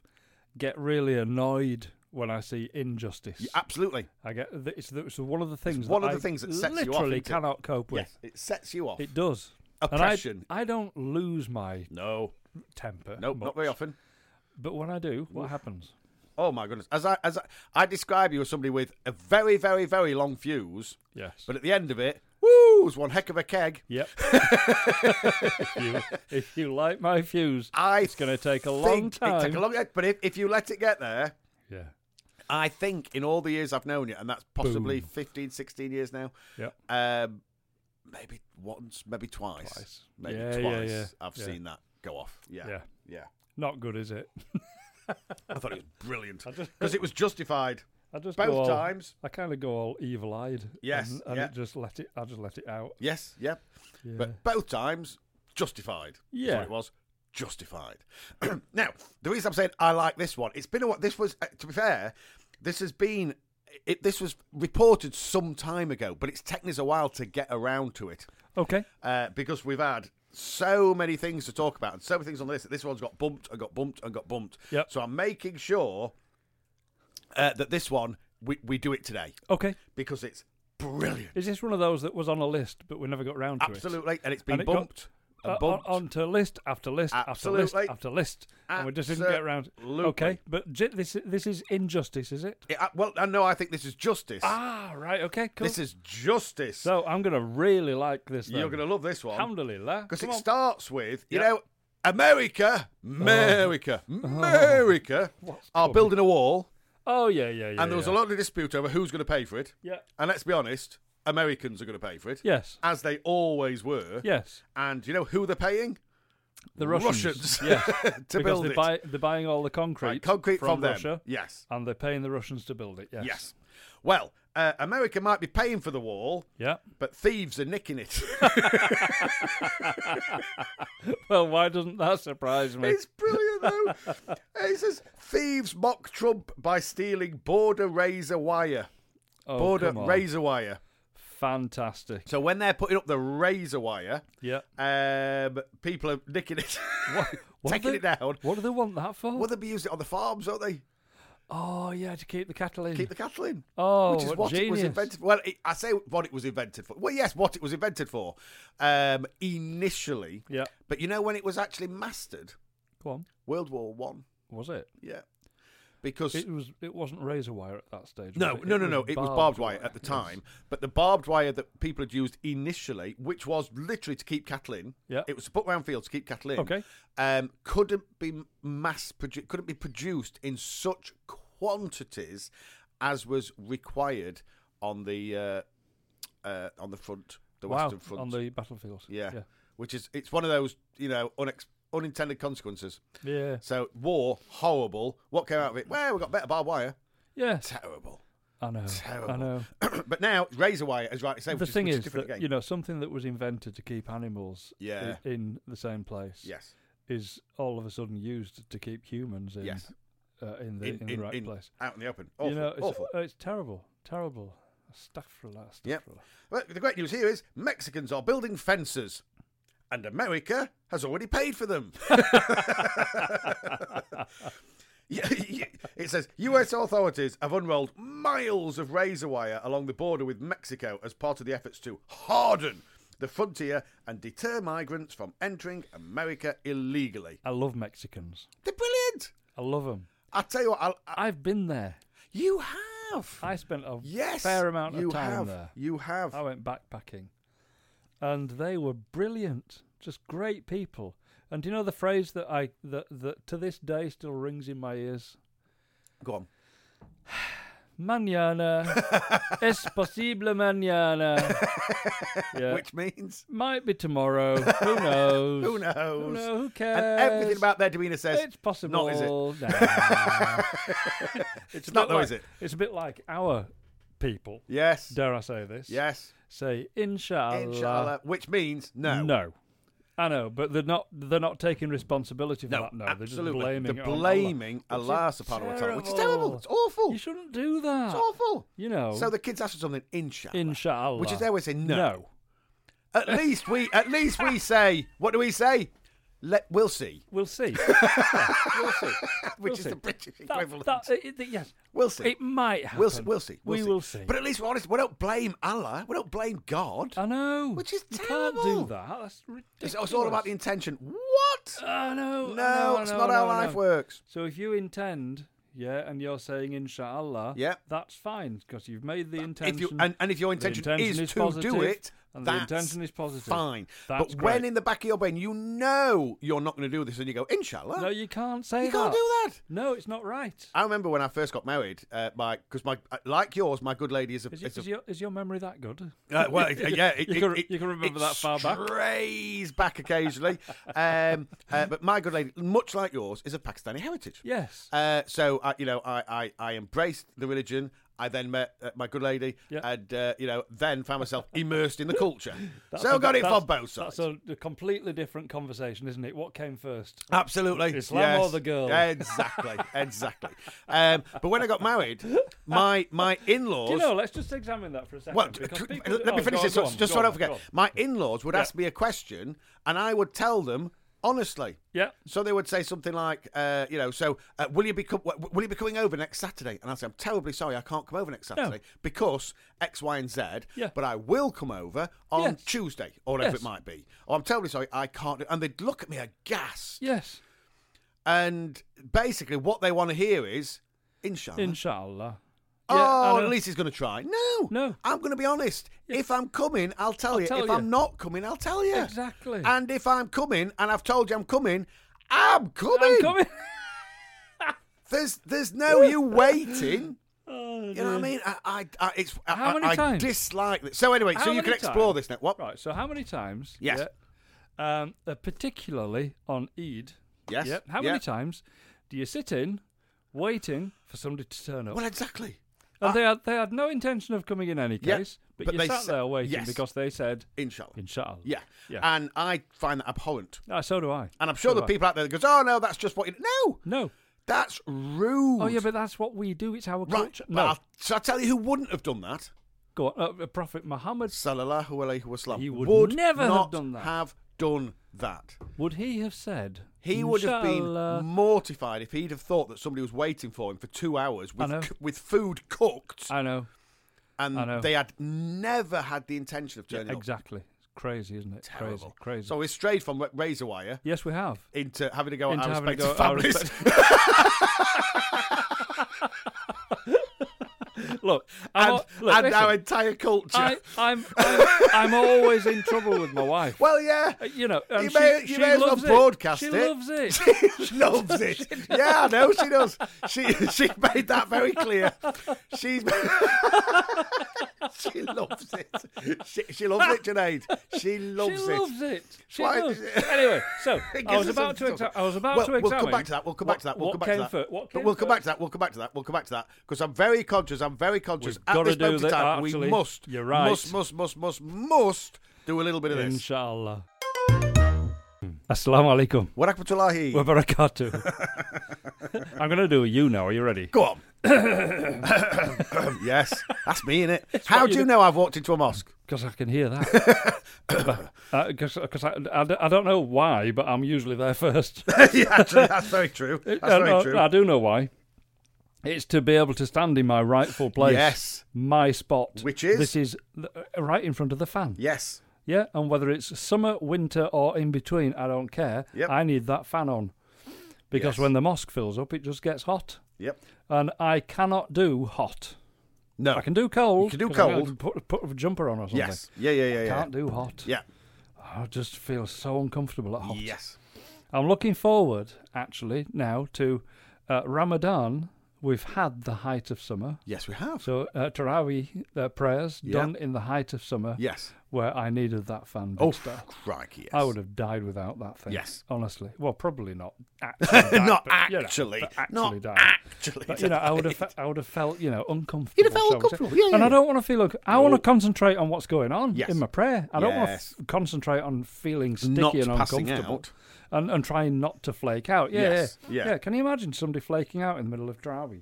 [SPEAKER 2] get really annoyed when I see injustice.
[SPEAKER 3] Absolutely.
[SPEAKER 2] I get th- it's, the- it's one of the things.
[SPEAKER 3] one
[SPEAKER 2] that
[SPEAKER 3] of the
[SPEAKER 2] I
[SPEAKER 3] things that sets you off,
[SPEAKER 2] literally
[SPEAKER 3] isn't it?
[SPEAKER 2] cannot cope with.
[SPEAKER 3] Yes. It sets you off.
[SPEAKER 2] It does.
[SPEAKER 3] Oppression.
[SPEAKER 2] And I, I don't lose my
[SPEAKER 3] no.
[SPEAKER 2] temper.
[SPEAKER 3] No.
[SPEAKER 2] much,
[SPEAKER 3] Not very often.
[SPEAKER 2] But when I do, what happens?
[SPEAKER 3] Oh my goodness. As I as I, I describe you as somebody with a very very very long fuse,
[SPEAKER 2] Yes.
[SPEAKER 3] but at the end of it, woo, it's one heck of a keg.
[SPEAKER 2] yep. if, you, if you light my fuse,
[SPEAKER 3] I
[SPEAKER 2] it's going to take a long
[SPEAKER 3] think It
[SPEAKER 2] time.
[SPEAKER 3] took a long but if, if you let it get there,
[SPEAKER 2] yeah.
[SPEAKER 3] I think in all the years I've known you, and that's possibly fifteen, sixteen 15, 16 years now,
[SPEAKER 2] Yep.
[SPEAKER 3] um, maybe once, maybe twice.
[SPEAKER 2] Twice.
[SPEAKER 3] Maybe
[SPEAKER 2] Yeah, yeah,
[SPEAKER 3] twice.
[SPEAKER 2] yeah,
[SPEAKER 3] I've
[SPEAKER 2] yeah.
[SPEAKER 3] seen that go off. Yeah.
[SPEAKER 2] Yeah.
[SPEAKER 3] yeah.
[SPEAKER 2] Not good, is it?
[SPEAKER 3] I thought it was brilliant because it was justified.
[SPEAKER 2] I just
[SPEAKER 3] Both
[SPEAKER 2] go all-
[SPEAKER 3] times.
[SPEAKER 2] I kind of go all evil-eyed.
[SPEAKER 3] Yes,
[SPEAKER 2] And, and
[SPEAKER 3] yeah.
[SPEAKER 2] it just let it. I just let it out.
[SPEAKER 3] Yes, yep.
[SPEAKER 2] Yeah.
[SPEAKER 3] But both times, justified. That's
[SPEAKER 2] Yeah.
[SPEAKER 3] what it was. Justified. now, the reason I'm saying I like this one, it's been a while. This was, uh, to be fair, this has been it, this was reported some time ago, but it's taken us a while to get around to it
[SPEAKER 2] Okay.
[SPEAKER 3] uh, because we've had so many things to talk about and so many things on the list that this one's got bumped and got bumped and got bumped.
[SPEAKER 2] Yep.
[SPEAKER 3] So I'm making sure uh, that this one we, we do it today
[SPEAKER 2] Okay.
[SPEAKER 3] because it's brilliant.
[SPEAKER 2] Is this one of those that was on a list but we never got round to it?
[SPEAKER 3] Absolutely. And it's been
[SPEAKER 2] And it got-
[SPEAKER 3] bumped. and
[SPEAKER 2] Uh, on,
[SPEAKER 3] bumped.
[SPEAKER 2] onto list after list after
[SPEAKER 3] Absolutely.
[SPEAKER 2] list after list, and we just didn't get around.
[SPEAKER 3] Absolutely.
[SPEAKER 2] Okay, but j- this this is injustice, is it?
[SPEAKER 3] It- uh, well, uh, no, I think this is justice.
[SPEAKER 2] Ah, right. Okay, cool.
[SPEAKER 3] This is justice.
[SPEAKER 2] so I'm gonna really like this. Then.
[SPEAKER 3] You're going to love this one.
[SPEAKER 2] Alhamdulillah.
[SPEAKER 3] Because
[SPEAKER 2] Come
[SPEAKER 3] it
[SPEAKER 2] on. Oh.
[SPEAKER 3] starts with, you
[SPEAKER 2] Yep.
[SPEAKER 3] know, America, America, America are building a wall,
[SPEAKER 2] oh yeah, yeah, yeah.
[SPEAKER 3] and there was
[SPEAKER 2] yeah.
[SPEAKER 3] a lot of dispute over who's going to pay for it.
[SPEAKER 2] Yeah.
[SPEAKER 3] And let's be honest, Americans are going to pay for it,
[SPEAKER 2] Yes.
[SPEAKER 3] as they always were.
[SPEAKER 2] Yes.
[SPEAKER 3] And you know who they're paying?
[SPEAKER 2] The Russians.
[SPEAKER 3] Russians.
[SPEAKER 2] Yes.
[SPEAKER 3] to
[SPEAKER 2] because
[SPEAKER 3] build
[SPEAKER 2] they
[SPEAKER 3] it.
[SPEAKER 2] buy, they're buying all the concrete,
[SPEAKER 3] Right, concrete
[SPEAKER 2] from,
[SPEAKER 3] them.
[SPEAKER 2] Russia,
[SPEAKER 3] Yes.
[SPEAKER 2] and they're paying the Russians to build it. Yes.
[SPEAKER 3] Yes. Well, uh, America might be paying for the wall,
[SPEAKER 2] Yeah.
[SPEAKER 3] but thieves are nicking it.
[SPEAKER 2] Well, why doesn't that surprise me?
[SPEAKER 3] It's brilliant though. it says thieves mock Trump by stealing border razor wire.
[SPEAKER 2] Oh,
[SPEAKER 3] border
[SPEAKER 2] come on.
[SPEAKER 3] razor wire.
[SPEAKER 2] Fantastic.
[SPEAKER 3] So when they're putting up the razor wire,
[SPEAKER 2] Yeah.
[SPEAKER 3] um, people are nicking it,
[SPEAKER 2] What
[SPEAKER 3] taking
[SPEAKER 2] do-
[SPEAKER 3] it down.
[SPEAKER 2] What do they want that for?
[SPEAKER 3] Well, they'll be using it on the farms, don't they?
[SPEAKER 2] Oh yeah, to keep the cattle in.
[SPEAKER 3] Keep the cattle in.
[SPEAKER 2] Oh,
[SPEAKER 3] which is
[SPEAKER 2] what
[SPEAKER 3] what it was
[SPEAKER 2] genius.
[SPEAKER 3] invented. Well, it, I say what it was invented for. Well, yes, what it was invented for um, initially.
[SPEAKER 2] Yeah.
[SPEAKER 3] But you know when it was actually mastered,
[SPEAKER 2] Go on.
[SPEAKER 3] World War One.
[SPEAKER 2] Was it?
[SPEAKER 3] Yeah. Because
[SPEAKER 2] It was. It wasn't razor wire at that stage.
[SPEAKER 3] No,
[SPEAKER 2] was it?
[SPEAKER 3] no, no, no. It was barbed wire at the time, but the barbed wire that people had used initially, which was literally to keep cattle in,
[SPEAKER 2] Yeah.
[SPEAKER 3] it was to put round fields to keep cattle in.
[SPEAKER 2] Okay.
[SPEAKER 3] um, couldn't be mass produ- couldn't be produced in such quantities as was required on the uh, uh, on the front, the
[SPEAKER 2] Wow,
[SPEAKER 3] western front.
[SPEAKER 2] on the battlefield.
[SPEAKER 3] yeah. which is it's one of those you know unex- unintended consequences.
[SPEAKER 2] yeah, yeah.
[SPEAKER 3] So war horrible. What came out of it? Well, we got better barbed wire.
[SPEAKER 2] Yes.
[SPEAKER 3] Terrible.
[SPEAKER 2] I know.
[SPEAKER 3] Terrible.
[SPEAKER 2] I know.
[SPEAKER 3] but now razor wire is right to say.
[SPEAKER 2] the
[SPEAKER 3] which
[SPEAKER 2] thing
[SPEAKER 3] is, which
[SPEAKER 2] is,
[SPEAKER 3] different
[SPEAKER 2] that,
[SPEAKER 3] again.
[SPEAKER 2] you know, something that was invented to keep animals i-
[SPEAKER 3] Yeah.
[SPEAKER 2] in the same place
[SPEAKER 3] yes,
[SPEAKER 2] is all of a sudden used to keep humans in
[SPEAKER 3] Yes.
[SPEAKER 2] uh, in the
[SPEAKER 3] in,
[SPEAKER 2] in, the
[SPEAKER 3] in-
[SPEAKER 2] right
[SPEAKER 3] in-
[SPEAKER 2] place.
[SPEAKER 3] out in the open. Awful,
[SPEAKER 2] you know, it's,
[SPEAKER 3] awful.
[SPEAKER 2] uh, it's terrible, terrible. Astaghfirullah,
[SPEAKER 3] Yep.
[SPEAKER 2] astaghfirullah.
[SPEAKER 3] Well, the great news here is Mexicans are building fences, and America has already paid for them. Yeah, yeah. It says U.S. authorities have unrolled miles of razor wire along the border with Mexico as part of the efforts to harden the frontier and deter migrants from entering America illegally.
[SPEAKER 2] I love Mexicans.
[SPEAKER 3] They're brilliant.
[SPEAKER 2] I love them.
[SPEAKER 3] I tell you what, I'll, I,
[SPEAKER 2] I've been there.
[SPEAKER 3] you have.
[SPEAKER 2] I spent a
[SPEAKER 3] Yes,
[SPEAKER 2] fair amount of
[SPEAKER 3] you
[SPEAKER 2] time
[SPEAKER 3] have.
[SPEAKER 2] there. Oh.
[SPEAKER 3] You have.
[SPEAKER 2] I went backpacking, and they were brilliant, just great people. And do you know the phrase that I that that to this day still rings in my ears?
[SPEAKER 3] Go on.
[SPEAKER 2] Mañana es posible mañana. Yeah.
[SPEAKER 3] Which means
[SPEAKER 2] might be tomorrow. Who knows?
[SPEAKER 3] who knows?
[SPEAKER 2] Who, know- who cares?
[SPEAKER 3] And everything about their demeanour says
[SPEAKER 2] it's possible.
[SPEAKER 3] Not is it?
[SPEAKER 2] Nah.
[SPEAKER 3] It's,
[SPEAKER 2] a
[SPEAKER 3] not
[SPEAKER 2] bit
[SPEAKER 3] though,
[SPEAKER 2] like,
[SPEAKER 3] is it?
[SPEAKER 2] It's a bit like our people.
[SPEAKER 3] Yes.
[SPEAKER 2] Dare I say this?
[SPEAKER 3] Yes.
[SPEAKER 2] Say inshallah.
[SPEAKER 3] Inshallah. Which means no.
[SPEAKER 2] No. I know, but they're not they're not taking responsibility for
[SPEAKER 3] No,
[SPEAKER 2] that. No,
[SPEAKER 3] absolutely.
[SPEAKER 2] they're just blaming
[SPEAKER 3] They're
[SPEAKER 2] it on
[SPEAKER 3] blaming
[SPEAKER 2] Allah,
[SPEAKER 3] Allah
[SPEAKER 2] which is
[SPEAKER 3] subhanahu wa ta'ala, which is terrible. It's awful.
[SPEAKER 2] You shouldn't do that.
[SPEAKER 3] It's awful.
[SPEAKER 2] You know.
[SPEAKER 3] So the kids ask for something, inshallah.
[SPEAKER 2] Inshallah.
[SPEAKER 3] Which is their way of saying no.
[SPEAKER 2] No.
[SPEAKER 3] At least we at least we say what do we say? Let we'll see.
[SPEAKER 2] We'll see.
[SPEAKER 3] We'll see. Which
[SPEAKER 2] We'll
[SPEAKER 3] is
[SPEAKER 2] see.
[SPEAKER 3] the British
[SPEAKER 2] that,
[SPEAKER 3] equivalent.
[SPEAKER 2] that, it, it- yes.
[SPEAKER 3] We'll see.
[SPEAKER 2] It might happen.
[SPEAKER 3] We'll see. We'll see. We'll
[SPEAKER 2] we
[SPEAKER 3] see.
[SPEAKER 2] will see. Uh,
[SPEAKER 3] But at least we're honest. We don't blame Allah. We don't blame God.
[SPEAKER 2] I know.
[SPEAKER 3] Which is
[SPEAKER 2] you can't
[SPEAKER 3] terrible.
[SPEAKER 2] do that. That's ridiculous.
[SPEAKER 3] It's, it's all about the intention. What?
[SPEAKER 2] I know. I
[SPEAKER 3] no,
[SPEAKER 2] know, I
[SPEAKER 3] it's
[SPEAKER 2] know,
[SPEAKER 3] not
[SPEAKER 2] I
[SPEAKER 3] how
[SPEAKER 2] know, I
[SPEAKER 3] life
[SPEAKER 2] know.
[SPEAKER 3] works.
[SPEAKER 2] So if you intend, yeah, and you're saying inshallah,
[SPEAKER 3] Yeah.
[SPEAKER 2] that's fine because you've made the intention.
[SPEAKER 3] If you and, and if your
[SPEAKER 2] the
[SPEAKER 3] intention, is, to
[SPEAKER 2] positive,
[SPEAKER 3] do it,
[SPEAKER 2] and the
[SPEAKER 3] that's
[SPEAKER 2] intention is positive,
[SPEAKER 3] Fine.
[SPEAKER 2] That's
[SPEAKER 3] but when
[SPEAKER 2] great.
[SPEAKER 3] in the back of your brain you know you're not going to do this, and you go, Inshallah,
[SPEAKER 2] no, you can't say
[SPEAKER 3] you can't
[SPEAKER 2] that.
[SPEAKER 3] do that.
[SPEAKER 2] No, it's not right.
[SPEAKER 3] I remember when I first got married, uh, my because my like yours, my good lady is a.
[SPEAKER 2] Is, y-
[SPEAKER 3] is a-
[SPEAKER 2] is your, is your memory that good?
[SPEAKER 3] Uh, well, it- yeah, it,
[SPEAKER 2] You
[SPEAKER 3] it-
[SPEAKER 2] can-
[SPEAKER 3] it-
[SPEAKER 2] you can remember
[SPEAKER 3] it
[SPEAKER 2] that far back.
[SPEAKER 3] Strays back occasionally, um, uh, but my good lady, much like yours, is of Pakistani heritage.
[SPEAKER 2] Yes.
[SPEAKER 3] Uh, so I, you know, I, I, I embraced the religion. I then met uh, my good lady,
[SPEAKER 2] Yeah.
[SPEAKER 3] and uh, you know, then found myself immersed in the culture.
[SPEAKER 2] That's
[SPEAKER 3] so
[SPEAKER 2] a-
[SPEAKER 3] got it
[SPEAKER 2] that's-
[SPEAKER 3] from both sides.
[SPEAKER 2] That's a, a completely different conversation, isn't it? What came first?
[SPEAKER 3] Absolutely.
[SPEAKER 2] Islam or the girl?
[SPEAKER 3] Exactly. Exactly. um, but when I got married, my my in laws.
[SPEAKER 2] Do you know? Let's just examine that for a second.
[SPEAKER 3] well,
[SPEAKER 2] because
[SPEAKER 3] c-
[SPEAKER 2] people-
[SPEAKER 3] let me
[SPEAKER 2] oh,
[SPEAKER 3] finish
[SPEAKER 2] go
[SPEAKER 3] this
[SPEAKER 2] on, go
[SPEAKER 3] so-
[SPEAKER 2] on, go
[SPEAKER 3] just so I
[SPEAKER 2] on,
[SPEAKER 3] don't
[SPEAKER 2] go
[SPEAKER 3] forget.
[SPEAKER 2] on.
[SPEAKER 3] My in laws would
[SPEAKER 2] Yeah.
[SPEAKER 3] ask me a question, and I would tell them honestly.
[SPEAKER 2] Yeah.
[SPEAKER 3] So they would say something like, uh, you know, so uh, will you be co- w- will you be coming over next Saturday? And I say, I'm terribly sorry, I can't come over next Saturday because X, Y, and Z.
[SPEAKER 2] Yeah.
[SPEAKER 3] But I will come over on
[SPEAKER 2] Yes.
[SPEAKER 3] Tuesday or whatever
[SPEAKER 2] Yes.
[SPEAKER 3] it might be. Or I'm terribly sorry, I can't. Do-. And they'd look at me aghast.
[SPEAKER 2] Yes.
[SPEAKER 3] And basically, what they want to hear is, inshallah.
[SPEAKER 2] Inshallah. Yeah,
[SPEAKER 3] oh,
[SPEAKER 2] and, uh,
[SPEAKER 3] at least he's going to try. No,
[SPEAKER 2] No.
[SPEAKER 3] I'm going to be honest. If I'm coming, I'll tell you.
[SPEAKER 2] tell
[SPEAKER 3] if
[SPEAKER 2] you.
[SPEAKER 3] I'm not coming, I'll tell you.
[SPEAKER 2] Exactly.
[SPEAKER 3] And if I'm coming, and I've told you I'm coming, I'm coming.
[SPEAKER 2] I'm coming.
[SPEAKER 3] There's, there's no you waiting.
[SPEAKER 2] Oh,
[SPEAKER 3] You know what I
[SPEAKER 2] dear.
[SPEAKER 3] mean? I, I, I it's I-
[SPEAKER 2] How
[SPEAKER 3] I,
[SPEAKER 2] many
[SPEAKER 3] I
[SPEAKER 2] times?
[SPEAKER 3] dislike this. So anyway,
[SPEAKER 2] How
[SPEAKER 3] so you
[SPEAKER 2] many
[SPEAKER 3] can explore
[SPEAKER 2] times?
[SPEAKER 3] this now. What?
[SPEAKER 2] Right. So, how many times?
[SPEAKER 3] Yes.
[SPEAKER 2] yeah, um, uh, particularly on Eid.
[SPEAKER 3] Yes.
[SPEAKER 2] yeah, How
[SPEAKER 3] yeah.
[SPEAKER 2] many times do you sit in, waiting for somebody to turn up?
[SPEAKER 3] Well, exactly.
[SPEAKER 2] and they had they had no intention of coming in any
[SPEAKER 3] Yeah,
[SPEAKER 2] case, but,
[SPEAKER 3] but
[SPEAKER 2] you
[SPEAKER 3] they
[SPEAKER 2] sat
[SPEAKER 3] sa-
[SPEAKER 2] there waiting
[SPEAKER 3] yes.
[SPEAKER 2] because they said,
[SPEAKER 3] Inshallah.
[SPEAKER 2] "Inshallah."
[SPEAKER 3] Yeah.
[SPEAKER 2] Yeah.
[SPEAKER 3] And I find that abhorrent.
[SPEAKER 2] Ah, so do I.
[SPEAKER 3] And I'm sure
[SPEAKER 2] So
[SPEAKER 3] the
[SPEAKER 2] do I.
[SPEAKER 3] people out there that goes, oh no, that's just what you. No,
[SPEAKER 2] No.
[SPEAKER 3] that's rude.
[SPEAKER 2] Oh yeah, but that's what we do. It's our
[SPEAKER 3] Right.
[SPEAKER 2] culture.
[SPEAKER 3] but
[SPEAKER 2] No.
[SPEAKER 3] I'll, so I tell you who wouldn't have done that?
[SPEAKER 2] Go on. Uh, Prophet Muhammad.
[SPEAKER 3] Sallallahu alaihi wasallam.
[SPEAKER 2] He would never have
[SPEAKER 3] not
[SPEAKER 2] done that.
[SPEAKER 3] have done that.
[SPEAKER 2] Would he have said?
[SPEAKER 3] He would have
[SPEAKER 2] "Inshallah"?
[SPEAKER 3] been mortified if he'd have thought that somebody was waiting for him for two hours
[SPEAKER 2] know.
[SPEAKER 3] with, c- with food cooked
[SPEAKER 2] I know. I know.
[SPEAKER 3] and they had never had the intention of turning up.
[SPEAKER 2] Exactly. It's crazy, isn't it?
[SPEAKER 3] Terrible.
[SPEAKER 2] Crazy. Crazy.
[SPEAKER 3] So we strayed from ra- razor wire
[SPEAKER 2] yes, we have.
[SPEAKER 3] into having to go at
[SPEAKER 2] Into
[SPEAKER 3] our
[SPEAKER 2] having to
[SPEAKER 3] respective
[SPEAKER 2] go at our
[SPEAKER 3] families.
[SPEAKER 2] Look, I'm
[SPEAKER 3] and
[SPEAKER 2] al- look,
[SPEAKER 3] and
[SPEAKER 2] listen,
[SPEAKER 3] our entire culture.
[SPEAKER 2] I, I'm, I'm, I'm always in trouble with my wife.
[SPEAKER 3] well, yeah.
[SPEAKER 2] Uh, you know, and
[SPEAKER 3] you
[SPEAKER 2] she,
[SPEAKER 3] may, you
[SPEAKER 2] she
[SPEAKER 3] may as well
[SPEAKER 2] loves
[SPEAKER 3] broadcast
[SPEAKER 2] it.
[SPEAKER 3] it.
[SPEAKER 2] She loves it.
[SPEAKER 3] she loves it. Yeah, I know she does. She she made that very clear. She's she loves it. She, she loves it, Junaid. She
[SPEAKER 2] She
[SPEAKER 3] loves it.
[SPEAKER 2] loves it. She
[SPEAKER 3] Why-
[SPEAKER 2] does. Anyway, so
[SPEAKER 3] It
[SPEAKER 2] I
[SPEAKER 3] gives
[SPEAKER 2] was
[SPEAKER 3] us
[SPEAKER 2] about to
[SPEAKER 3] something
[SPEAKER 2] exa-
[SPEAKER 3] talk
[SPEAKER 2] I was about
[SPEAKER 3] well,
[SPEAKER 2] to examine.
[SPEAKER 3] We'll come back to that. We'll come back to that. We'll
[SPEAKER 2] what
[SPEAKER 3] come back
[SPEAKER 2] came
[SPEAKER 3] to that.
[SPEAKER 2] fir- what
[SPEAKER 3] but
[SPEAKER 2] came
[SPEAKER 3] we'll come
[SPEAKER 2] first?
[SPEAKER 3] back to that. We'll come back to that. We'll come back to that because I'm very conscious. I'm very conscious.
[SPEAKER 2] We've
[SPEAKER 3] At
[SPEAKER 2] gotta
[SPEAKER 3] this
[SPEAKER 2] do
[SPEAKER 3] moment in
[SPEAKER 2] that,
[SPEAKER 3] time, we
[SPEAKER 2] actually.
[SPEAKER 3] must,
[SPEAKER 2] You're right.
[SPEAKER 3] must, must, must, must, must do a little bit of this.
[SPEAKER 2] Inshallah. Assalamu alaikum
[SPEAKER 3] What happened to Lahi?
[SPEAKER 2] wa barakatuh. I'm going to do you now. Are you ready?
[SPEAKER 3] Go on. yes, that's me in it. How
[SPEAKER 2] what
[SPEAKER 3] do
[SPEAKER 2] you
[SPEAKER 3] you
[SPEAKER 2] do.
[SPEAKER 3] know I've walked into a mosque?
[SPEAKER 2] Because I can hear that. Because I, I d- I don't know why, but I'm usually there first.
[SPEAKER 3] yeah, actually, that's very true. That's
[SPEAKER 2] I,
[SPEAKER 3] very
[SPEAKER 2] know-
[SPEAKER 3] true.
[SPEAKER 2] I do know why. It's to be able to stand in my rightful place.
[SPEAKER 3] Yes.
[SPEAKER 2] My spot.
[SPEAKER 3] Which is?
[SPEAKER 2] This is th- uh, right in front of the fan.
[SPEAKER 3] Yes,
[SPEAKER 2] Yeah, and whether it's summer, winter, or in between, I don't care.
[SPEAKER 3] Yep.
[SPEAKER 2] I need that fan on because
[SPEAKER 3] Yes.
[SPEAKER 2] when the mosque fills up, it just gets hot,
[SPEAKER 3] yep.
[SPEAKER 2] and I cannot do hot.
[SPEAKER 3] No.
[SPEAKER 2] I can do cold.
[SPEAKER 3] You can do
[SPEAKER 2] 'cause I
[SPEAKER 3] cold.
[SPEAKER 2] can Put, put a jumper on or something.
[SPEAKER 3] Yes. Yeah, yeah, yeah, yeah.
[SPEAKER 2] Can't do hot.
[SPEAKER 3] Yeah.
[SPEAKER 2] I just feel so uncomfortable at hot.
[SPEAKER 3] Yes.
[SPEAKER 2] I'm looking forward, actually, now to uh, Ramadan. We've had the height of summer.
[SPEAKER 3] Yes, we have.
[SPEAKER 2] So, uh, Tarawih uh, prayers
[SPEAKER 3] Yeah.
[SPEAKER 2] done in the height of summer
[SPEAKER 3] Yes.
[SPEAKER 2] where I needed that fan. big
[SPEAKER 3] Oh,
[SPEAKER 2] style.
[SPEAKER 3] crikey, yes.
[SPEAKER 2] I would have died without that thing.
[SPEAKER 3] Yes.
[SPEAKER 2] honestly. Well, probably not. Actually died,
[SPEAKER 3] Not
[SPEAKER 2] but, you know,
[SPEAKER 3] actually.
[SPEAKER 2] but
[SPEAKER 3] Not
[SPEAKER 2] died.
[SPEAKER 3] actually.
[SPEAKER 2] But, you know, I would have, fe- I would have felt, you know, uncomfortable.
[SPEAKER 3] You'd have felt
[SPEAKER 2] shall we say.
[SPEAKER 3] uncomfortable,
[SPEAKER 2] And
[SPEAKER 3] yeah,
[SPEAKER 2] I
[SPEAKER 3] yeah. Oh.
[SPEAKER 2] don't want to feel. unco- I want to concentrate on what's going on
[SPEAKER 3] Yes.
[SPEAKER 2] in my prayer. I don't want to
[SPEAKER 3] Yes.
[SPEAKER 2] f- concentrate on feeling sticky
[SPEAKER 3] Not
[SPEAKER 2] and
[SPEAKER 3] passing
[SPEAKER 2] uncomfortable,
[SPEAKER 3] out.
[SPEAKER 2] and and trying not to flake out. Yeah,
[SPEAKER 3] Yes,
[SPEAKER 2] yeah,
[SPEAKER 3] yeah.
[SPEAKER 2] yeah. Can you imagine somebody flaking out in the middle of Drawi?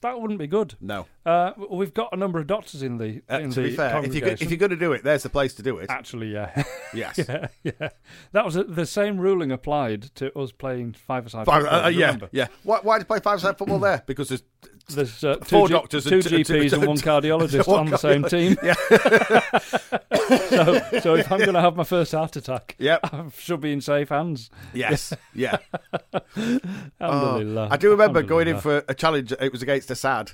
[SPEAKER 2] That wouldn't be good.
[SPEAKER 3] No.
[SPEAKER 2] Uh, w- we've got a number of doctors in the
[SPEAKER 3] Uh,
[SPEAKER 2] in
[SPEAKER 3] to
[SPEAKER 2] the
[SPEAKER 3] be fair, if you're, go-
[SPEAKER 2] congregation.
[SPEAKER 3] if you're going to do it, there's the place to do it.
[SPEAKER 2] Actually, yeah.
[SPEAKER 3] yes.
[SPEAKER 2] yeah, yeah. That was the same ruling applied to us playing five-a-side.
[SPEAKER 3] Five,
[SPEAKER 2] football,
[SPEAKER 3] uh, uh, yeah,
[SPEAKER 2] remember?
[SPEAKER 3] yeah. Why, why do you play five-side football there? Because there's
[SPEAKER 2] There's uh, two
[SPEAKER 3] Four
[SPEAKER 2] G-
[SPEAKER 3] doctors
[SPEAKER 2] two
[SPEAKER 3] and two-
[SPEAKER 2] GPs,
[SPEAKER 3] two-
[SPEAKER 2] and one
[SPEAKER 3] two-
[SPEAKER 2] cardiologist
[SPEAKER 3] one
[SPEAKER 2] on the same team.
[SPEAKER 3] Yeah.
[SPEAKER 2] so, so if I'm going to have my first heart attack,
[SPEAKER 3] Yep.
[SPEAKER 2] I should be in safe hands.
[SPEAKER 3] yes, yeah.
[SPEAKER 2] Alhamdulillah.
[SPEAKER 3] Oh, I do remember going in
[SPEAKER 2] Alhamdulillah.
[SPEAKER 3] for a challenge. It was against Assad,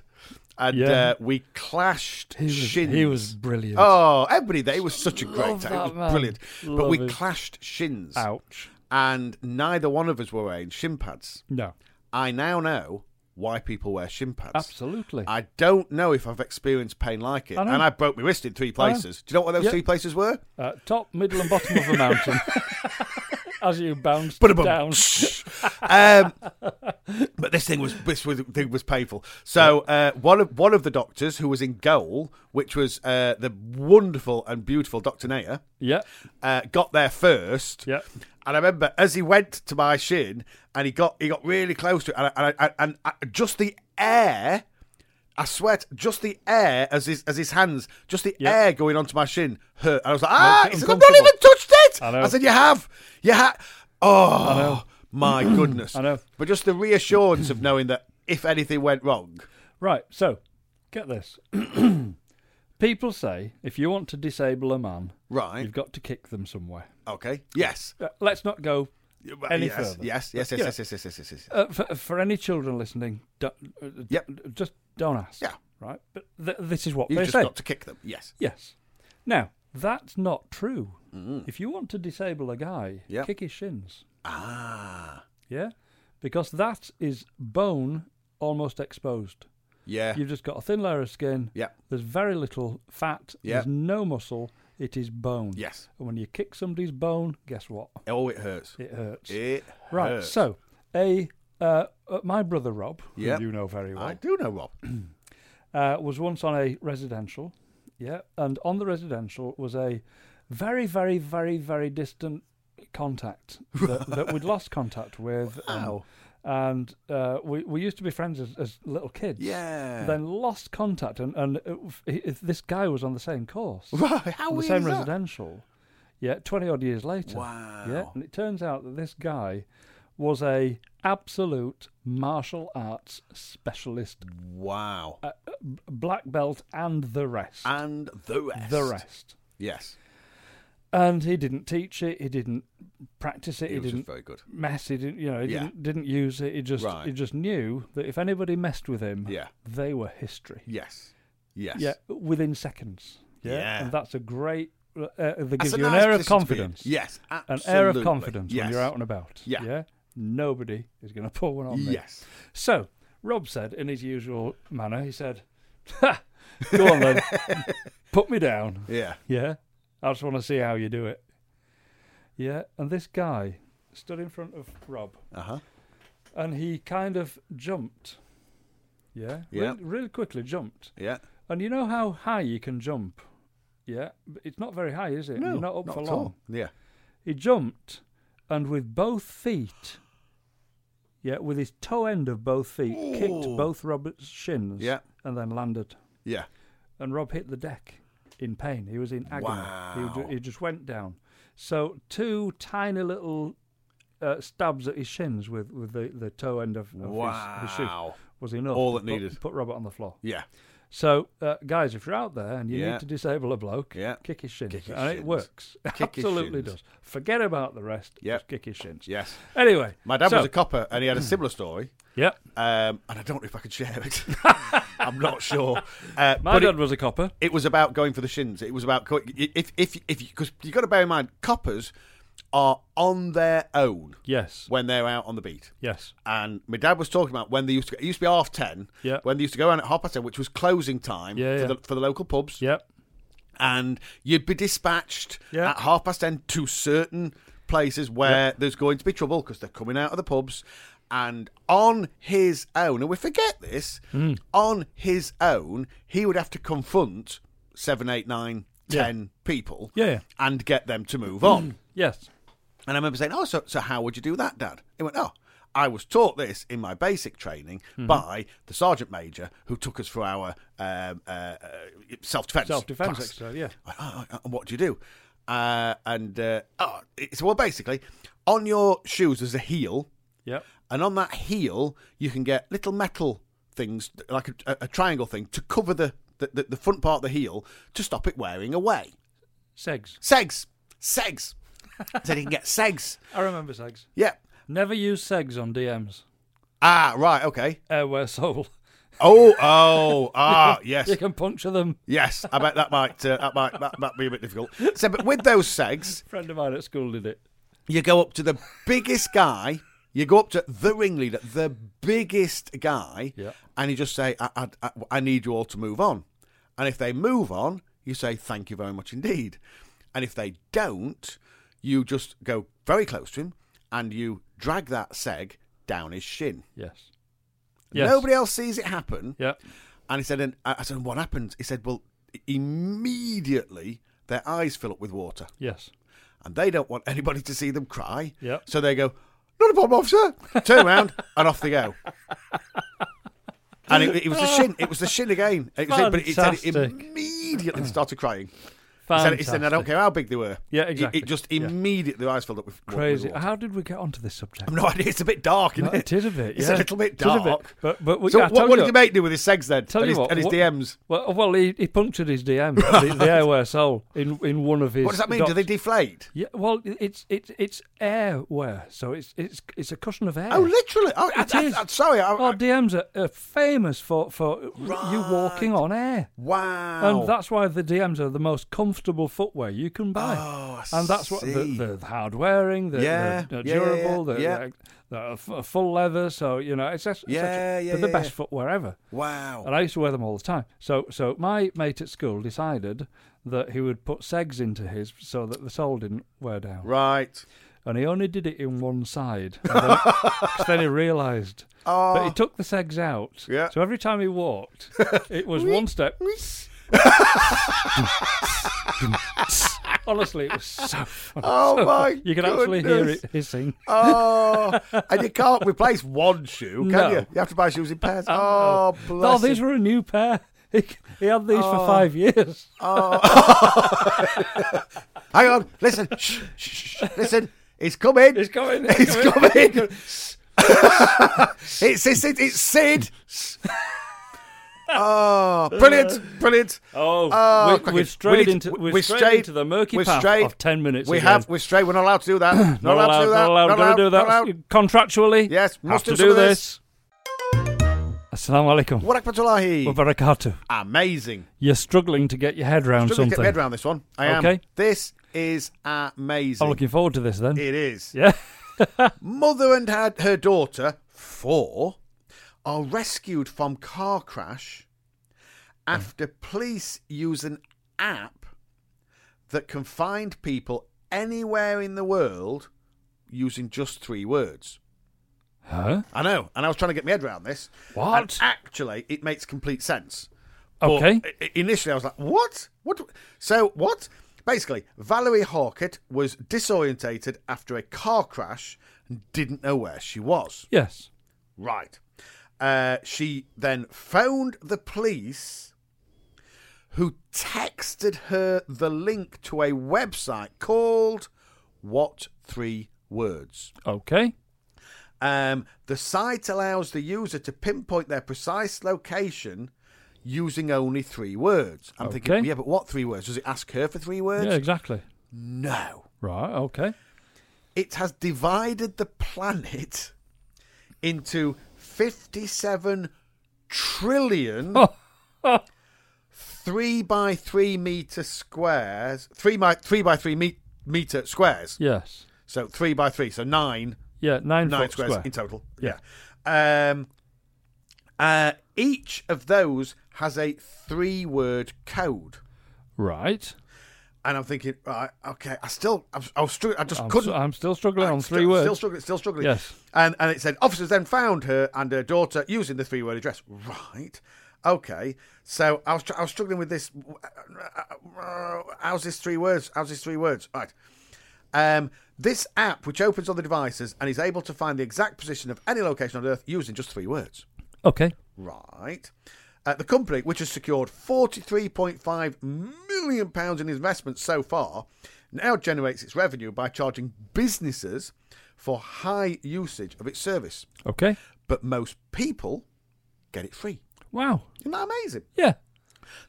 [SPEAKER 3] and
[SPEAKER 2] Yeah.
[SPEAKER 3] uh, we clashed
[SPEAKER 2] He was,
[SPEAKER 3] shins.
[SPEAKER 2] he was brilliant.
[SPEAKER 3] Oh, everybody there. It was such a great
[SPEAKER 2] Love
[SPEAKER 3] time.
[SPEAKER 2] that
[SPEAKER 3] It was
[SPEAKER 2] man.
[SPEAKER 3] brilliant. but
[SPEAKER 2] Love
[SPEAKER 3] we
[SPEAKER 2] him.
[SPEAKER 3] clashed shins.
[SPEAKER 2] Ouch.
[SPEAKER 3] And neither one of us were wearing shin pads.
[SPEAKER 2] No,
[SPEAKER 3] I now know why people wear shin pads.
[SPEAKER 2] absolutely.
[SPEAKER 3] I don't know if I've experienced pain like it.
[SPEAKER 2] I know.
[SPEAKER 3] and I broke my wrist in three
[SPEAKER 2] know.
[SPEAKER 3] places. Do you know what those
[SPEAKER 2] Yep.
[SPEAKER 3] three places were?
[SPEAKER 2] Uh, top, middle, and bottom of a mountain. As you bounce
[SPEAKER 3] Ba-da-bum.
[SPEAKER 2] down.
[SPEAKER 3] um, But this thing was this was, thing was painful. So uh, one of one of the doctors who was in goal, which was uh, the wonderful and beautiful Doctor Naya,
[SPEAKER 2] Yeah.
[SPEAKER 3] uh, got there first.
[SPEAKER 2] Yeah.
[SPEAKER 3] And I remember as he went to my shin, and he got he got really close to it, and I, and, I, and I, just the air, I swear, just the air as his as his hands, just the
[SPEAKER 2] Yeah.
[SPEAKER 3] air going onto my shin hurt. And I was like, ah!
[SPEAKER 2] it
[SPEAKER 3] He said, I've not
[SPEAKER 2] uncomfortable.
[SPEAKER 3] even touched it.
[SPEAKER 2] I know.
[SPEAKER 3] said, you have, you have. Oh my goodness.
[SPEAKER 2] I know.
[SPEAKER 3] But just the reassurance of knowing that if anything went wrong,
[SPEAKER 2] Right, so get this. People say if you want to disable a man,
[SPEAKER 3] right?
[SPEAKER 2] you've got to kick them somewhere.
[SPEAKER 3] Okay. Yes.
[SPEAKER 2] Uh, let's not go. Any
[SPEAKER 3] yes.
[SPEAKER 2] further?
[SPEAKER 3] Yes. Yes. Yes.
[SPEAKER 2] Yeah.
[SPEAKER 3] Yes. Yes. Yes. Yes. Yes. yes.
[SPEAKER 2] Uh, for, for any children listening, don't, uh, d-
[SPEAKER 3] Yep.
[SPEAKER 2] just don't ask.
[SPEAKER 3] Yeah.
[SPEAKER 2] Right? But th- this is what
[SPEAKER 3] You
[SPEAKER 2] they
[SPEAKER 3] just
[SPEAKER 2] say.
[SPEAKER 3] got to kick them. Yes.
[SPEAKER 2] Yes. Now, that's not true. If you want to disable a guy,
[SPEAKER 3] Yep.
[SPEAKER 2] kick his shins.
[SPEAKER 3] Ah.
[SPEAKER 2] Yeah? Because that is bone almost exposed.
[SPEAKER 3] Yeah.
[SPEAKER 2] You've just got a thin layer of skin.
[SPEAKER 3] Yeah.
[SPEAKER 2] There's very little fat.
[SPEAKER 3] Yeah.
[SPEAKER 2] There's no muscle. It is bone.
[SPEAKER 3] Yes.
[SPEAKER 2] And when you kick somebody's bone, guess what?
[SPEAKER 3] Oh, it hurts.
[SPEAKER 2] It hurts.
[SPEAKER 3] It
[SPEAKER 2] right.
[SPEAKER 3] hurts.
[SPEAKER 2] So, a uh, uh, my brother Rob,
[SPEAKER 3] Yep.
[SPEAKER 2] who you know very well,
[SPEAKER 3] I do know Rob.
[SPEAKER 2] uh, was once on a residential. Yeah. And on the residential was a very, very, very, very distant contact that, that we'd lost contact with. and-
[SPEAKER 3] Wow.
[SPEAKER 2] And, uh, we, we used to be friends as, as little kids.
[SPEAKER 3] Yeah.
[SPEAKER 2] Then lost contact, and and uh, f- he- if this guy was on the same course,
[SPEAKER 3] right. Oh, How
[SPEAKER 2] on the
[SPEAKER 3] weird
[SPEAKER 2] same
[SPEAKER 3] is that?
[SPEAKER 2] residential. Yeah, twenty odd years later.
[SPEAKER 3] Wow.
[SPEAKER 2] Yeah, and it turns out that this guy was a absolute martial arts specialist,
[SPEAKER 3] Wow.
[SPEAKER 2] Uh, b- black belt, and the rest,
[SPEAKER 3] and the rest.
[SPEAKER 2] the rest.
[SPEAKER 3] Yes.
[SPEAKER 2] And he didn't teach it. He didn't practice it.
[SPEAKER 3] He
[SPEAKER 2] he
[SPEAKER 3] was just
[SPEAKER 2] didn't
[SPEAKER 3] very good.
[SPEAKER 2] mess. He didn't. You know. He
[SPEAKER 3] Yeah.
[SPEAKER 2] didn't, didn't use it. He just.
[SPEAKER 3] Right.
[SPEAKER 2] He just knew that if anybody messed with him,
[SPEAKER 3] Yeah.
[SPEAKER 2] they were history.
[SPEAKER 3] Yes. Yes.
[SPEAKER 2] Yeah, within seconds. Yeah,
[SPEAKER 3] Yeah.
[SPEAKER 2] and that's a great. Uh, uh, that
[SPEAKER 3] That's
[SPEAKER 2] gives
[SPEAKER 3] a
[SPEAKER 2] you
[SPEAKER 3] nice
[SPEAKER 2] an air of
[SPEAKER 3] position to be in.
[SPEAKER 2] confidence.
[SPEAKER 3] Yes.
[SPEAKER 2] An
[SPEAKER 3] Absolutely.
[SPEAKER 2] air of confidence
[SPEAKER 3] yes.
[SPEAKER 2] when you're out and about.
[SPEAKER 3] Yeah.
[SPEAKER 2] Nobody is going to pull one on me.
[SPEAKER 3] Yes.
[SPEAKER 2] So Rob said, in his usual manner, he said, "Ha, "Go on then, put me down.
[SPEAKER 3] Yeah.
[SPEAKER 2] Yeah, I just want to see how you do it." Yeah, and this guy stood in front of Rob,
[SPEAKER 3] Uh huh.
[SPEAKER 2] and he kind of jumped. Yeah,
[SPEAKER 3] Yeah.
[SPEAKER 2] Really, really quickly jumped.
[SPEAKER 3] Yeah.
[SPEAKER 2] And you know how high you can jump? Yeah. But it's not very high, is it? You're not up for
[SPEAKER 3] at
[SPEAKER 2] long.
[SPEAKER 3] all. Yeah.
[SPEAKER 2] He jumped and with both feet, yeah, with his toe end of both feet, kicked both Robert's shins
[SPEAKER 3] Yeah.
[SPEAKER 2] and then landed.
[SPEAKER 3] Yeah.
[SPEAKER 2] And Rob hit the deck in pain. He was in agony. He,
[SPEAKER 3] Wow.
[SPEAKER 2] ju- he just went down. So, two tiny little uh, stabs at his shins with, with the, the toe end of, of his, his shoe
[SPEAKER 3] Wow.
[SPEAKER 2] was enough.
[SPEAKER 3] All
[SPEAKER 2] to
[SPEAKER 3] it
[SPEAKER 2] put-
[SPEAKER 3] needed.
[SPEAKER 2] Put Robert on the floor.
[SPEAKER 3] Yeah.
[SPEAKER 2] So, uh, guys, if you're out there and you
[SPEAKER 3] Yeah.
[SPEAKER 2] need to disable a bloke,
[SPEAKER 3] Yeah.
[SPEAKER 2] kick his shins.
[SPEAKER 3] Kick his
[SPEAKER 2] and it
[SPEAKER 3] shins.
[SPEAKER 2] works.
[SPEAKER 3] Kick his
[SPEAKER 2] Absolutely
[SPEAKER 3] shins.
[SPEAKER 2] does. Forget about the rest.
[SPEAKER 3] Yep.
[SPEAKER 2] Just kick his shins.
[SPEAKER 3] Yes.
[SPEAKER 2] Anyway.
[SPEAKER 3] My dad
[SPEAKER 2] so,
[SPEAKER 3] was a copper, and he had a similar story.
[SPEAKER 2] Yep.
[SPEAKER 3] Um, and I don't know if I could share it. I'm not sure. Uh,
[SPEAKER 2] My
[SPEAKER 3] but it-
[SPEAKER 2] dad was a copper.
[SPEAKER 3] it was about going for the shins. It was about co- if if if because you got to bear in mind coppers are on their own
[SPEAKER 2] Yes.
[SPEAKER 3] when they're out on the beat.
[SPEAKER 2] Yes.
[SPEAKER 3] And my dad was talking about when they used to. It used to be half ten.
[SPEAKER 2] Yeah.
[SPEAKER 3] When they used to go around at half past ten, which was closing time
[SPEAKER 2] Yeah,
[SPEAKER 3] for
[SPEAKER 2] yeah.
[SPEAKER 3] the for the local pubs.
[SPEAKER 2] Yep.
[SPEAKER 3] And you'd be dispatched
[SPEAKER 2] Yeah.
[SPEAKER 3] at half past ten to certain places where there's going to be trouble because they're coming out of the pubs. And on his own, and we forget this,
[SPEAKER 2] Hmm.
[SPEAKER 3] on his own, he would have to confront seven, eight, nine,
[SPEAKER 2] Yeah.
[SPEAKER 3] ten people
[SPEAKER 2] Yeah, Hmm. yeah.
[SPEAKER 3] and get them to move on.
[SPEAKER 2] Yes.
[SPEAKER 3] And I remember saying, "Oh, so so how would you do that, Dad?" He went, "Oh, I was taught this in my basic training
[SPEAKER 2] Hmm.
[SPEAKER 3] by the sergeant major who took us for our um, uh, uh, self defense
[SPEAKER 2] Self defense exercise. Yeah.
[SPEAKER 3] Oh, and what do you do? Uh, and uh, oh, it's well, basically, on your shoes there's a heel,
[SPEAKER 2] Yep.
[SPEAKER 3] and on that heel you can get little metal things like a, a triangle thing to cover the, the, the, the front part of the heel to stop it wearing away.
[SPEAKER 2] Segs.
[SPEAKER 3] Segs, segs. so you can get segs.
[SPEAKER 2] I remember segs.
[SPEAKER 3] Yeah.
[SPEAKER 2] Never use segs on DMs.
[SPEAKER 3] Ah, right, okay.
[SPEAKER 2] Airwear soul.
[SPEAKER 3] Oh, oh, ah, yes,
[SPEAKER 2] You can puncture them.
[SPEAKER 3] yes. I bet that might uh, that might that might be a bit difficult. So, but with those segs,
[SPEAKER 2] friend of mine at school did it.
[SPEAKER 3] you go up to the biggest guy. You go up to the ringleader, the biggest guy,
[SPEAKER 2] Yeah.
[SPEAKER 3] and you just say, I, I, I, "I need you all to move on." And if they move on, you say, "Thank you very much indeed." And if they don't, you just go very close to him and you drag that seg down his shin.
[SPEAKER 2] Yes. Yes.
[SPEAKER 3] Nobody else sees it happen.
[SPEAKER 2] Yeah.
[SPEAKER 3] And he said, and I I said, what happens? He said, well, immediately their eyes fill up with water,
[SPEAKER 2] Yes.
[SPEAKER 3] and they don't want anybody to see them cry.
[SPEAKER 2] Yep.
[SPEAKER 3] So they go, not a problem, officer. Turn around, and off they go. And it, it was the shin. It was the shin again. It was it, but it said it
[SPEAKER 2] Fantastic.
[SPEAKER 3] immediately started crying. He said,
[SPEAKER 2] Fantastic.
[SPEAKER 3] he said, I don't care how big they were.
[SPEAKER 2] Yeah,
[SPEAKER 3] It-
[SPEAKER 2] exactly.
[SPEAKER 3] It, just
[SPEAKER 2] Yeah.
[SPEAKER 3] immediately their eyes filled up with wa- with
[SPEAKER 2] Crazy.
[SPEAKER 3] water.
[SPEAKER 2] How did we get onto this subject?
[SPEAKER 3] I've no idea. It's a bit dark, isn't
[SPEAKER 2] No, it
[SPEAKER 3] it?
[SPEAKER 2] is a bit.
[SPEAKER 3] It's
[SPEAKER 2] yeah.
[SPEAKER 3] a little bit
[SPEAKER 2] It is a
[SPEAKER 3] dark.
[SPEAKER 2] But, but we,
[SPEAKER 3] So
[SPEAKER 2] I
[SPEAKER 3] what,
[SPEAKER 2] tell
[SPEAKER 3] what
[SPEAKER 2] you-
[SPEAKER 3] did your mate do with his segs then?
[SPEAKER 2] Tell
[SPEAKER 3] and
[SPEAKER 2] you
[SPEAKER 3] his,
[SPEAKER 2] what,
[SPEAKER 3] and his
[SPEAKER 2] what-
[SPEAKER 3] DMs.
[SPEAKER 2] Well, well, he, he punctured his DM, the, the airway sole, in in one of his.
[SPEAKER 3] What does that mean? Do
[SPEAKER 2] docs.
[SPEAKER 3] they deflate?
[SPEAKER 2] Yeah, well, i- it's it's it's airware, so it's it's it's a cushion of air.
[SPEAKER 3] Oh, literally. Oh, I,
[SPEAKER 2] It
[SPEAKER 3] I,
[SPEAKER 2] is.
[SPEAKER 3] I, sorry. I,
[SPEAKER 2] Our
[SPEAKER 3] I,
[SPEAKER 2] DMs are, are famous for for you walking on air,
[SPEAKER 3] wow.
[SPEAKER 2] and that's why the DMs are the most comfortable footwear you can buy.
[SPEAKER 3] Oh, I
[SPEAKER 2] and that's what
[SPEAKER 3] see.
[SPEAKER 2] the, the hard wearing, the,
[SPEAKER 3] Yeah,
[SPEAKER 2] the, the
[SPEAKER 3] yeah, yeah, yeah,
[SPEAKER 2] durable, the,
[SPEAKER 3] yeah.
[SPEAKER 2] the, the uh, f- full leather. So you know, it's, it's,
[SPEAKER 3] Yeah, yeah,
[SPEAKER 2] they're the
[SPEAKER 3] yeah, Oh.
[SPEAKER 2] best
[SPEAKER 3] yeah.
[SPEAKER 2] footwear ever.
[SPEAKER 3] wow.
[SPEAKER 2] And I used to wear them all the time. So, so my mate at school decided that he would put segs into his so that the sole didn't wear down.
[SPEAKER 3] Right.
[SPEAKER 2] And he only did it in one side. And then- 'cause then he realised. But he took the segs out.
[SPEAKER 3] Oh. Yeah.
[SPEAKER 2] So every time he walked, it was one step. Honestly, it was so funny.
[SPEAKER 3] Oh, my
[SPEAKER 2] You could actually hear
[SPEAKER 3] goodness.
[SPEAKER 2] it hissing.
[SPEAKER 3] Oh, and you can't replace one shoe, can
[SPEAKER 2] No.
[SPEAKER 3] you? You have to buy shoes in pairs. Oh,
[SPEAKER 2] No,
[SPEAKER 3] bless.
[SPEAKER 2] these
[SPEAKER 3] him.
[SPEAKER 2] were a new pair. He, he had these
[SPEAKER 3] Oh.
[SPEAKER 2] for five years.
[SPEAKER 3] Hang on. Listen. Shh, shh, shh, shh. Listen. It's coming.
[SPEAKER 2] He's coming.
[SPEAKER 3] It's coming. it's, it's, it's, it's Sid. oh, brilliant, brilliant.
[SPEAKER 2] Oh,
[SPEAKER 3] Oh,
[SPEAKER 2] we,
[SPEAKER 3] crikey.
[SPEAKER 2] we've strayed
[SPEAKER 3] need-
[SPEAKER 2] into
[SPEAKER 3] we-
[SPEAKER 2] we've
[SPEAKER 3] we're
[SPEAKER 2] strayed,
[SPEAKER 3] straight-
[SPEAKER 2] into the murky
[SPEAKER 3] we're
[SPEAKER 2] path
[SPEAKER 3] straight.
[SPEAKER 2] of ten minutes.
[SPEAKER 3] We
[SPEAKER 2] again.
[SPEAKER 3] have. We're straight. We're not allowed to do that. Not,
[SPEAKER 2] not
[SPEAKER 3] allowed, to do that.
[SPEAKER 2] Not allowed. Gonna do that
[SPEAKER 3] not allowed.
[SPEAKER 2] contractually.
[SPEAKER 3] Yes,
[SPEAKER 2] have
[SPEAKER 3] must
[SPEAKER 2] to
[SPEAKER 3] do some of
[SPEAKER 2] this. Assalamu alaikum.
[SPEAKER 3] What happened to Lahi?
[SPEAKER 2] Wa barakatuh.
[SPEAKER 3] Amazing.
[SPEAKER 2] You're struggling to get your head round
[SPEAKER 3] Struggling to get my
[SPEAKER 2] something.
[SPEAKER 3] head around this one. I am.
[SPEAKER 2] Okay.
[SPEAKER 3] This is amazing.
[SPEAKER 2] I'm looking forward to this then.
[SPEAKER 3] It is.
[SPEAKER 2] Yeah.
[SPEAKER 3] Mother and her, her daughter, four, are rescued from car crash after police use an app that can find people anywhere in the world using just three words.
[SPEAKER 2] Huh?
[SPEAKER 3] I know, and I was trying to get my head around this. And
[SPEAKER 2] What?
[SPEAKER 3] actually, it makes complete sense.
[SPEAKER 2] Okay.
[SPEAKER 3] i- i- initially, I was like, "What? What? do- So what?" Basically, Valerie Harkett was disorientated after a car crash and didn't know where she was.
[SPEAKER 2] Yes.
[SPEAKER 3] Right. Uh, she then phoned the police, who texted her the link to a website called "What Three Words."
[SPEAKER 2] Okay.
[SPEAKER 3] Um, the site allows the user to pinpoint their precise location using only three words. I'm thinking,
[SPEAKER 2] Okay.
[SPEAKER 3] yeah, but what three words? Does it ask her for three words?
[SPEAKER 2] Yeah. Exactly.
[SPEAKER 3] No.
[SPEAKER 2] Right. Okay.
[SPEAKER 3] It has divided the planet into 57 trillion
[SPEAKER 2] Oh.
[SPEAKER 3] three by three meter squares, three by three by three me- meter squares.
[SPEAKER 2] Yes.
[SPEAKER 3] So three by three, so nine
[SPEAKER 2] Yeah. Nine,
[SPEAKER 3] nine
[SPEAKER 2] foot
[SPEAKER 3] squares
[SPEAKER 2] square.
[SPEAKER 3] in total. Yeah. Um, uh, each of those has a three-word code,
[SPEAKER 2] Right.
[SPEAKER 3] and I'm thinking, right, okay, I still, I was, I was stru- I just
[SPEAKER 2] I'm,
[SPEAKER 3] couldn't.
[SPEAKER 2] s- I'm still struggling on
[SPEAKER 3] still-
[SPEAKER 2] three words.
[SPEAKER 3] Still struggling. Still struggling.
[SPEAKER 2] Yes.
[SPEAKER 3] And and it said officers then found her and her daughter using the three-word address. Right. Okay. So I was tr- I was struggling with this. How's this three words? How's this three words? Right. Um, this app, which opens on the devices and is able to find the exact position of any location on Earth using just three words.
[SPEAKER 2] okay.
[SPEAKER 3] Right. Uh, the company, which has secured £43.5 million pounds in investments so far, now generates its revenue by charging businesses for high usage of its service.
[SPEAKER 2] Okay.
[SPEAKER 3] But most people get it free.
[SPEAKER 2] Wow.
[SPEAKER 3] Isn't that amazing?
[SPEAKER 2] Yeah.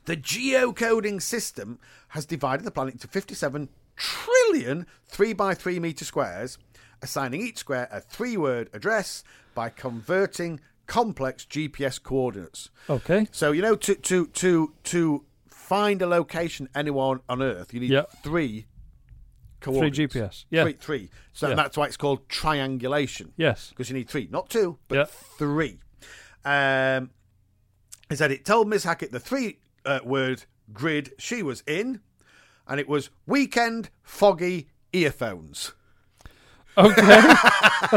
[SPEAKER 3] The geocoding system has divided the planet into 57 trillion 3 by 3 meter squares, assigning each square a three word address by converting complex GPS coordinates.
[SPEAKER 2] Okay.
[SPEAKER 3] So you know to to to to find a location anyone on Earth, you need
[SPEAKER 2] Yeah.
[SPEAKER 3] three
[SPEAKER 2] Three
[SPEAKER 3] coordinates.
[SPEAKER 2] GPS. Yeah.
[SPEAKER 3] Three, three. So
[SPEAKER 2] Yeah.
[SPEAKER 3] that's why it's called triangulation.
[SPEAKER 2] Yes.
[SPEAKER 3] Because you need three, not two, but
[SPEAKER 2] Yeah.
[SPEAKER 3] three. Um, he said it told Miss Hackett the three uh, word grid she was in, and it was weekend foggy earphones.
[SPEAKER 2] Okay.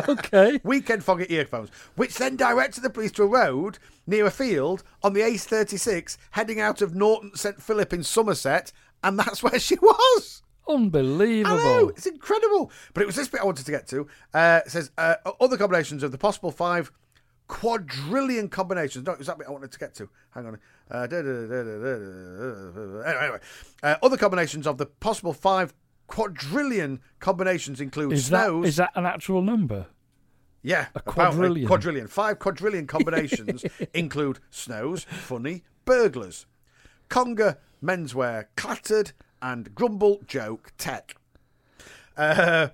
[SPEAKER 2] okay.
[SPEAKER 3] Weekend fog at earphones, which then directed the police to a road near a field on the A36 heading out of Norton St Philip in Somerset, and that's where she was.
[SPEAKER 2] Unbelievable.
[SPEAKER 3] I know, it's incredible. But it was this bit I wanted to get to. Uh, it says uh, other combinations of the possible five quadrillion combinations. No, it was that bit I wanted to get to. Hang on. Uh, da- da- da- da- da- da- da- da- anyway, anyway. Uh, other combinations of the possible five quadrillion combinations include
[SPEAKER 2] Is that,
[SPEAKER 3] snows.
[SPEAKER 2] is that an actual number?
[SPEAKER 3] Yeah, a
[SPEAKER 2] quadrillion.
[SPEAKER 3] quadrillion. Five quadrillion combinations include snows, funny, burglars, conga, menswear, clattered, and grumble, joke, tech. Uh,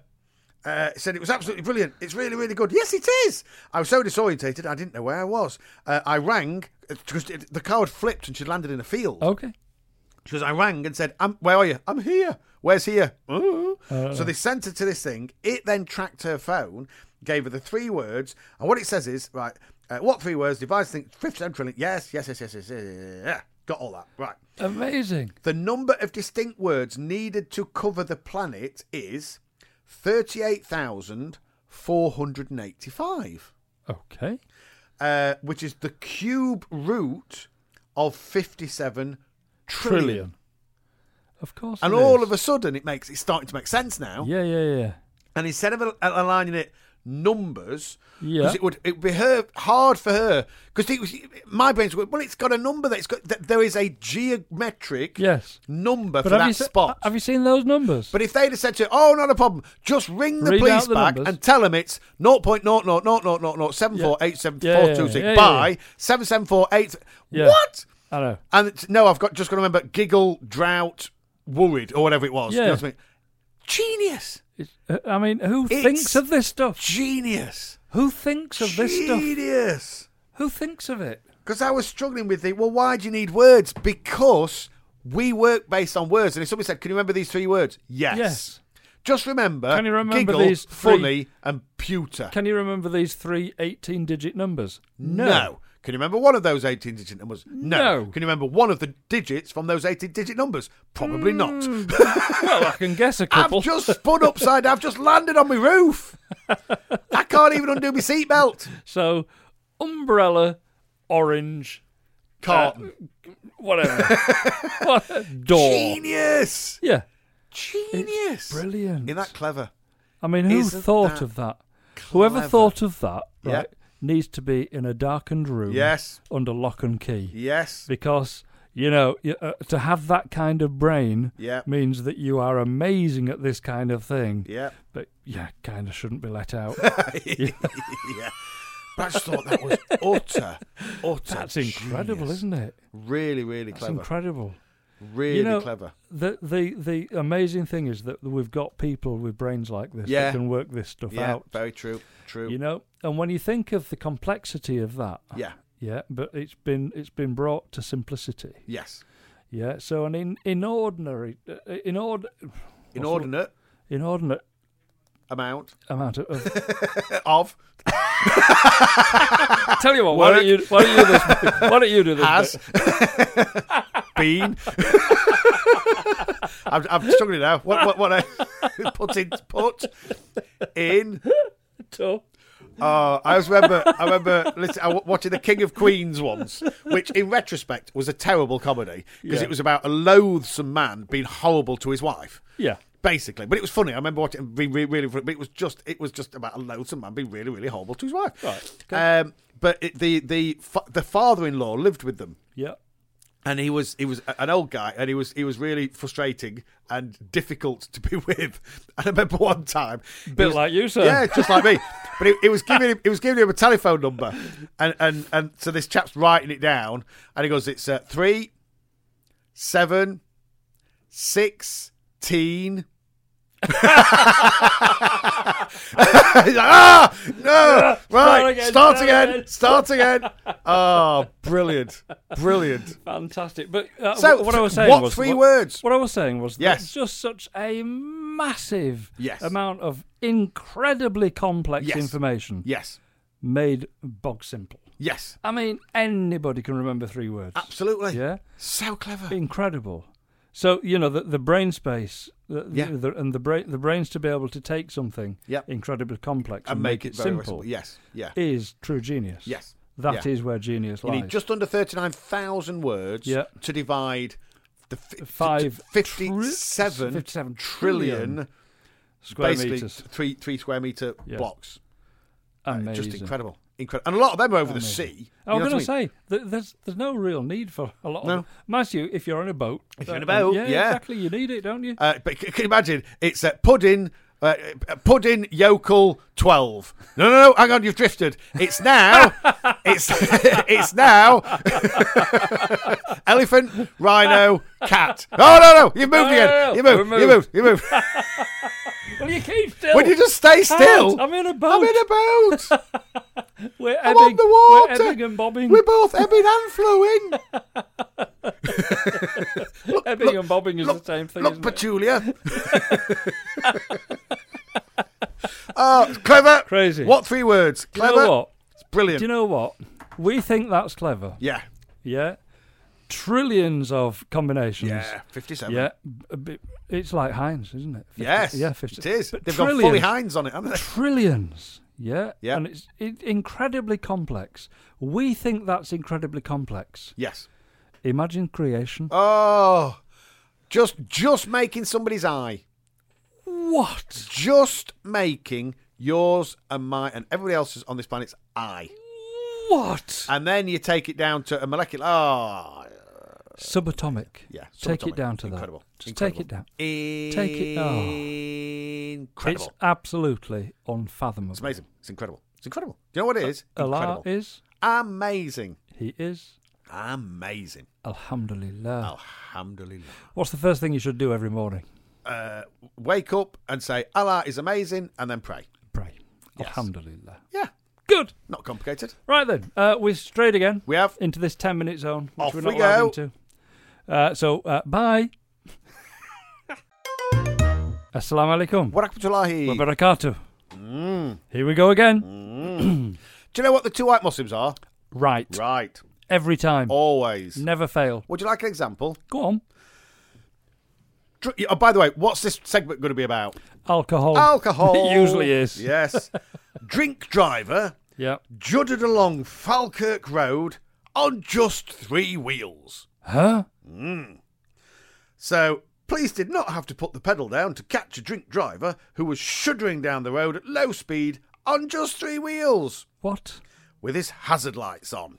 [SPEAKER 3] uh, said it was absolutely brilliant. It's really, really good. Yes, it is. I was so disorientated, I didn't know where I was. Uh, I rang because the car had flipped and she'd landed in a field.
[SPEAKER 2] Okay.
[SPEAKER 3] Because I rang and said, I'm, Where are you? I'm here. Where's here? Ooh. so they sent her to this thing. It then tracked her phone, gave her the three words. And what it says is, Right, uh, what three words? Device think, fifth central. Yes, yes, yes, yes, yes, yes, yes. Yeah. Got all that. Right.
[SPEAKER 2] Amazing.
[SPEAKER 3] The number of distinct words needed to cover the planet is 38,485,
[SPEAKER 2] Okay.
[SPEAKER 3] uh, which is the cube root of 57 trillion.
[SPEAKER 2] Trillion. Of course.
[SPEAKER 3] And
[SPEAKER 2] it
[SPEAKER 3] all
[SPEAKER 2] is.
[SPEAKER 3] of a sudden, it makes it's starting to make sense now.
[SPEAKER 2] Yeah, yeah, yeah.
[SPEAKER 3] And instead of al- aligning it numbers,
[SPEAKER 2] Yeah.
[SPEAKER 3] because it would it would be her hard for her because it was my brain's going, well, it's got a number that's got that there is a geometric
[SPEAKER 2] Yes.
[SPEAKER 3] number for
[SPEAKER 2] have
[SPEAKER 3] that
[SPEAKER 2] you se-
[SPEAKER 3] spot.
[SPEAKER 2] have you seen those numbers?
[SPEAKER 3] but if they'd have said to her, oh, not a problem, just ring the
[SPEAKER 2] Read out
[SPEAKER 3] police
[SPEAKER 2] the
[SPEAKER 3] back
[SPEAKER 2] numbers.
[SPEAKER 3] and tell them it's
[SPEAKER 2] Yeah,
[SPEAKER 3] 0.00007487487426
[SPEAKER 2] yeah, yeah, yeah, yeah.
[SPEAKER 3] by 7748.
[SPEAKER 2] Yeah.
[SPEAKER 3] What?
[SPEAKER 2] I know.
[SPEAKER 3] And it's, no, I've got just got to remember giggle, drought, worried, or whatever it was. You know
[SPEAKER 2] Yeah.
[SPEAKER 3] what I mean? Genius,
[SPEAKER 2] It's, uh, I mean, who
[SPEAKER 3] It's-
[SPEAKER 2] thinks of this stuff?
[SPEAKER 3] genius,
[SPEAKER 2] Who thinks of this stuff?
[SPEAKER 3] genius.
[SPEAKER 2] Who thinks of it?
[SPEAKER 3] Because I was struggling with the well, why do you need words? Because we work based on words, and if somebody said, "Can you remember these three words?" Yes.
[SPEAKER 2] Yes.
[SPEAKER 3] Just remember.
[SPEAKER 2] Can you remember
[SPEAKER 3] giggle,
[SPEAKER 2] these three-
[SPEAKER 3] funny and pewter?
[SPEAKER 2] Can you remember these three 18 digit numbers?
[SPEAKER 3] Can you remember one of those 18 digit numbers?
[SPEAKER 2] No.
[SPEAKER 3] Can you remember one of the digits from those 18 digit numbers? Probably
[SPEAKER 2] Hmm.
[SPEAKER 3] not.
[SPEAKER 2] Well, I can guess a couple.
[SPEAKER 3] I've just spun upside. I've just landed on my roof. I can't even undo my seatbelt.
[SPEAKER 2] So, umbrella, orange,
[SPEAKER 3] Carton.
[SPEAKER 2] whatever. what? Door.
[SPEAKER 3] Uh, Genius.
[SPEAKER 2] Yeah.
[SPEAKER 3] Genius.
[SPEAKER 2] Brilliant.
[SPEAKER 3] Isn't that clever?
[SPEAKER 2] I mean, who
[SPEAKER 3] Isn't
[SPEAKER 2] thought
[SPEAKER 3] that
[SPEAKER 2] of that? Whoever
[SPEAKER 3] clever?
[SPEAKER 2] thought of that,
[SPEAKER 3] Yeah.
[SPEAKER 2] right, needs to be in a darkened room.
[SPEAKER 3] Yes.
[SPEAKER 2] Under lock and key.
[SPEAKER 3] Yes.
[SPEAKER 2] Because, you know, y- uh, to have that kind of brain
[SPEAKER 3] Yeah.
[SPEAKER 2] means that you are amazing at this kind of thing.
[SPEAKER 3] Yeah.
[SPEAKER 2] But, yeah, kind of shouldn't be let out.
[SPEAKER 3] yeah. But I just thought that was utter, utter.
[SPEAKER 2] That's incredible,
[SPEAKER 3] genius.
[SPEAKER 2] isn't it?
[SPEAKER 3] Really, really
[SPEAKER 2] It's
[SPEAKER 3] clever.
[SPEAKER 2] incredible.
[SPEAKER 3] really
[SPEAKER 2] you know,
[SPEAKER 3] clever.
[SPEAKER 2] The, the the amazing thing is that we've got people with brains like this
[SPEAKER 3] Yeah.
[SPEAKER 2] that can work this stuff
[SPEAKER 3] Yeah.
[SPEAKER 2] out.
[SPEAKER 3] Very true. True.
[SPEAKER 2] You know, and when you think of the complexity of that,
[SPEAKER 3] yeah.
[SPEAKER 2] yeah, but it's been it's been brought to simplicity.
[SPEAKER 3] Yes.
[SPEAKER 2] Yeah, so an in, inordinary, uh, inord,
[SPEAKER 3] Inordinate
[SPEAKER 2] inordinate
[SPEAKER 3] amount
[SPEAKER 2] amount of. of
[SPEAKER 3] of
[SPEAKER 2] tell you what, why don't you why don't you do this? bit? Why don't you do this?
[SPEAKER 3] has
[SPEAKER 2] bit?
[SPEAKER 3] been. I'm, I'm struggling now. What what what? I put in put in.
[SPEAKER 2] So-
[SPEAKER 3] Oh, I always remember. I remember. Listen, I was watching the King of Queens once, which in retrospect was a terrible comedy because
[SPEAKER 2] Yeah.
[SPEAKER 3] it was about a loathsome man being horrible to his wife.
[SPEAKER 2] Yeah.
[SPEAKER 3] Basically, but it was funny. I remember watching it and being really, really funny. But it was just, it was just about a loathsome man being really, really horrible to his wife.
[SPEAKER 2] Right,
[SPEAKER 3] Um, but it, the the fa- the father-in-law lived with them,
[SPEAKER 2] Yeah.
[SPEAKER 3] and he was he was a- an old guy, and he was he was really frustrating and difficult to be with. And I remember one time, he
[SPEAKER 2] Bit
[SPEAKER 3] was-
[SPEAKER 2] like you, sir.
[SPEAKER 3] yeah, just like me. But it, it was giving him it was giving him a telephone number, and and and so this chap's writing it down, and he goes, "It's uh, three, seven, sixteen. He's like, ah, no, right,
[SPEAKER 2] again,
[SPEAKER 3] start
[SPEAKER 2] start
[SPEAKER 3] again,
[SPEAKER 2] again."
[SPEAKER 3] start again. Oh, brilliant, brilliant.
[SPEAKER 2] Fantastic. But uh,
[SPEAKER 3] So,
[SPEAKER 2] wh- what I was
[SPEAKER 3] th-
[SPEAKER 2] saying
[SPEAKER 3] what
[SPEAKER 2] was
[SPEAKER 3] three words?
[SPEAKER 2] What I was saying was
[SPEAKER 3] Yes.
[SPEAKER 2] there's just such a massive
[SPEAKER 3] Yes.
[SPEAKER 2] amount of incredibly complex
[SPEAKER 3] Yes.
[SPEAKER 2] information
[SPEAKER 3] Yes,
[SPEAKER 2] made bog simple.
[SPEAKER 3] yes,
[SPEAKER 2] I mean, anybody can remember three words.
[SPEAKER 3] absolutely.
[SPEAKER 2] Yeah,
[SPEAKER 3] So clever.
[SPEAKER 2] incredible. So you know the, the brain space, the,
[SPEAKER 3] Yeah.
[SPEAKER 2] the, the- and the brain the brains to be able to take something
[SPEAKER 3] Yep.
[SPEAKER 2] incredibly complex
[SPEAKER 3] and make it very
[SPEAKER 2] simple
[SPEAKER 3] simple. Yes, yeah,
[SPEAKER 2] is true genius.
[SPEAKER 3] yes.
[SPEAKER 2] that is
[SPEAKER 3] yeah.
[SPEAKER 2] where genius
[SPEAKER 3] You
[SPEAKER 2] lies.
[SPEAKER 3] need just under thirty-nine thousand words
[SPEAKER 2] Yeah.
[SPEAKER 3] to divide the fi-
[SPEAKER 2] Five
[SPEAKER 3] fifty-seven
[SPEAKER 2] tri- 57
[SPEAKER 3] trillion,
[SPEAKER 2] square
[SPEAKER 3] basically
[SPEAKER 2] meters.
[SPEAKER 3] three three square meter
[SPEAKER 2] Yeah.
[SPEAKER 3] blocks.
[SPEAKER 2] Amazing.
[SPEAKER 3] uh, Just incredible, incredible, and a lot of them are over
[SPEAKER 2] Amazing. Oh,
[SPEAKER 3] the sea.
[SPEAKER 2] I was
[SPEAKER 3] You know
[SPEAKER 2] going to
[SPEAKER 3] what I mean?
[SPEAKER 2] say th- there's there's no real need for a lot.
[SPEAKER 3] No.
[SPEAKER 2] of Mind you, if you're on a boat,
[SPEAKER 3] If you're on a
[SPEAKER 2] that-
[SPEAKER 3] boat, yeah.
[SPEAKER 2] exactly, you need it, don't you?
[SPEAKER 3] Uh, but c- can you imagine? It's uh, pudding, uh, uh, pudding yokel twelve. No, no, no. Hang on, you've drifted. It's now. it's it's now. Elephant, rhino, cat. Oh no, no! You've moved
[SPEAKER 2] No,
[SPEAKER 3] again.
[SPEAKER 2] no, no,
[SPEAKER 3] You moved.
[SPEAKER 2] we
[SPEAKER 3] You
[SPEAKER 2] moved.
[SPEAKER 3] moved. You moved.
[SPEAKER 2] Well, you keep still.
[SPEAKER 3] Would you just stay still?
[SPEAKER 2] I'm in a boat.
[SPEAKER 3] I'm in a boat.
[SPEAKER 2] we're
[SPEAKER 3] I'm
[SPEAKER 2] ebbing,
[SPEAKER 3] on the water.
[SPEAKER 2] We're ebbing and bobbing.
[SPEAKER 3] We're both ebbing and flowing.
[SPEAKER 2] ebbing and bobbing is
[SPEAKER 3] look-
[SPEAKER 2] the same thing.
[SPEAKER 3] Look
[SPEAKER 2] isn't it?
[SPEAKER 3] peculiar. oh, it's clever.
[SPEAKER 2] Crazy.
[SPEAKER 3] What three words?
[SPEAKER 2] Do you
[SPEAKER 3] Clever.
[SPEAKER 2] know what?
[SPEAKER 3] It's brilliant.
[SPEAKER 2] Do you know what? We think that's clever.
[SPEAKER 3] yeah.
[SPEAKER 2] Yeah. Trillions of combinations.
[SPEAKER 3] Yeah. 57.
[SPEAKER 2] Yeah. B- b- It's like Heinz, isn't it? 50
[SPEAKER 3] Yes.
[SPEAKER 2] Yeah, 50.
[SPEAKER 3] It is.
[SPEAKER 2] but
[SPEAKER 3] They've
[SPEAKER 2] trillions,
[SPEAKER 3] got fully Heinz on it, haven't they?
[SPEAKER 2] Trillions. Yeah.
[SPEAKER 3] Yeah.
[SPEAKER 2] And it's it, incredibly complex. We think that's incredibly complex.
[SPEAKER 3] Yes.
[SPEAKER 2] Imagine creation.
[SPEAKER 3] Oh. Just just making somebody's eye.
[SPEAKER 2] what?
[SPEAKER 3] Just making yours and my and everybody else's on this planet's eye.
[SPEAKER 2] What?
[SPEAKER 3] And then you take it down to a molecular ah
[SPEAKER 2] Subatomic.
[SPEAKER 3] yeah.
[SPEAKER 2] Take it
[SPEAKER 3] subatomic.
[SPEAKER 2] down to
[SPEAKER 3] Incredible.
[SPEAKER 2] that. Just
[SPEAKER 3] Incredible.
[SPEAKER 2] take it down.
[SPEAKER 3] Take
[SPEAKER 2] it- oh.
[SPEAKER 3] Incredible.
[SPEAKER 2] It's absolutely unfathomable.
[SPEAKER 3] It's amazing. It's incredible. It's incredible. Do you know what it is?
[SPEAKER 2] Allah
[SPEAKER 3] incredible.
[SPEAKER 2] is,
[SPEAKER 3] amazing.
[SPEAKER 2] he is,
[SPEAKER 3] Amazing.
[SPEAKER 2] alhamdulillah.
[SPEAKER 3] Alhamdulillah.
[SPEAKER 2] What's the first thing you should do every morning?
[SPEAKER 3] Uh, wake up and say Allah is amazing, and then pray.
[SPEAKER 2] Pray. Alhamdulillah.
[SPEAKER 3] Yeah,
[SPEAKER 2] Good.
[SPEAKER 3] not complicated.
[SPEAKER 2] Right then, uh, we're straight again
[SPEAKER 3] We have
[SPEAKER 2] into this 10 minute zone, which
[SPEAKER 3] Off
[SPEAKER 2] we're not
[SPEAKER 3] we
[SPEAKER 2] allowed
[SPEAKER 3] go.
[SPEAKER 2] into. Uh, so, uh, bye. Assalamu alaikum.
[SPEAKER 3] what happened to Lahi?
[SPEAKER 2] Wa barakatuh.
[SPEAKER 3] Mm.
[SPEAKER 2] Here we go again.
[SPEAKER 3] Do you know what the two white Muslims are?
[SPEAKER 2] Right.
[SPEAKER 3] Right,
[SPEAKER 2] Every time.
[SPEAKER 3] always.
[SPEAKER 2] Never fail.
[SPEAKER 3] Would you like an example?
[SPEAKER 2] Go on.
[SPEAKER 3] Dr- Oh, by the way, what's this segment going to be about?
[SPEAKER 2] Alcohol.
[SPEAKER 3] Alcohol.
[SPEAKER 2] It usually is.
[SPEAKER 3] Yes. Drink driver
[SPEAKER 2] Yeah.
[SPEAKER 3] juddered along Falkirk Road on just three wheels.
[SPEAKER 2] Huh?
[SPEAKER 3] So, police did not have to put the pedal down to catch a drink driver who was shuddering down the road at low speed on just three wheels
[SPEAKER 2] What?
[SPEAKER 3] with his hazard lights on.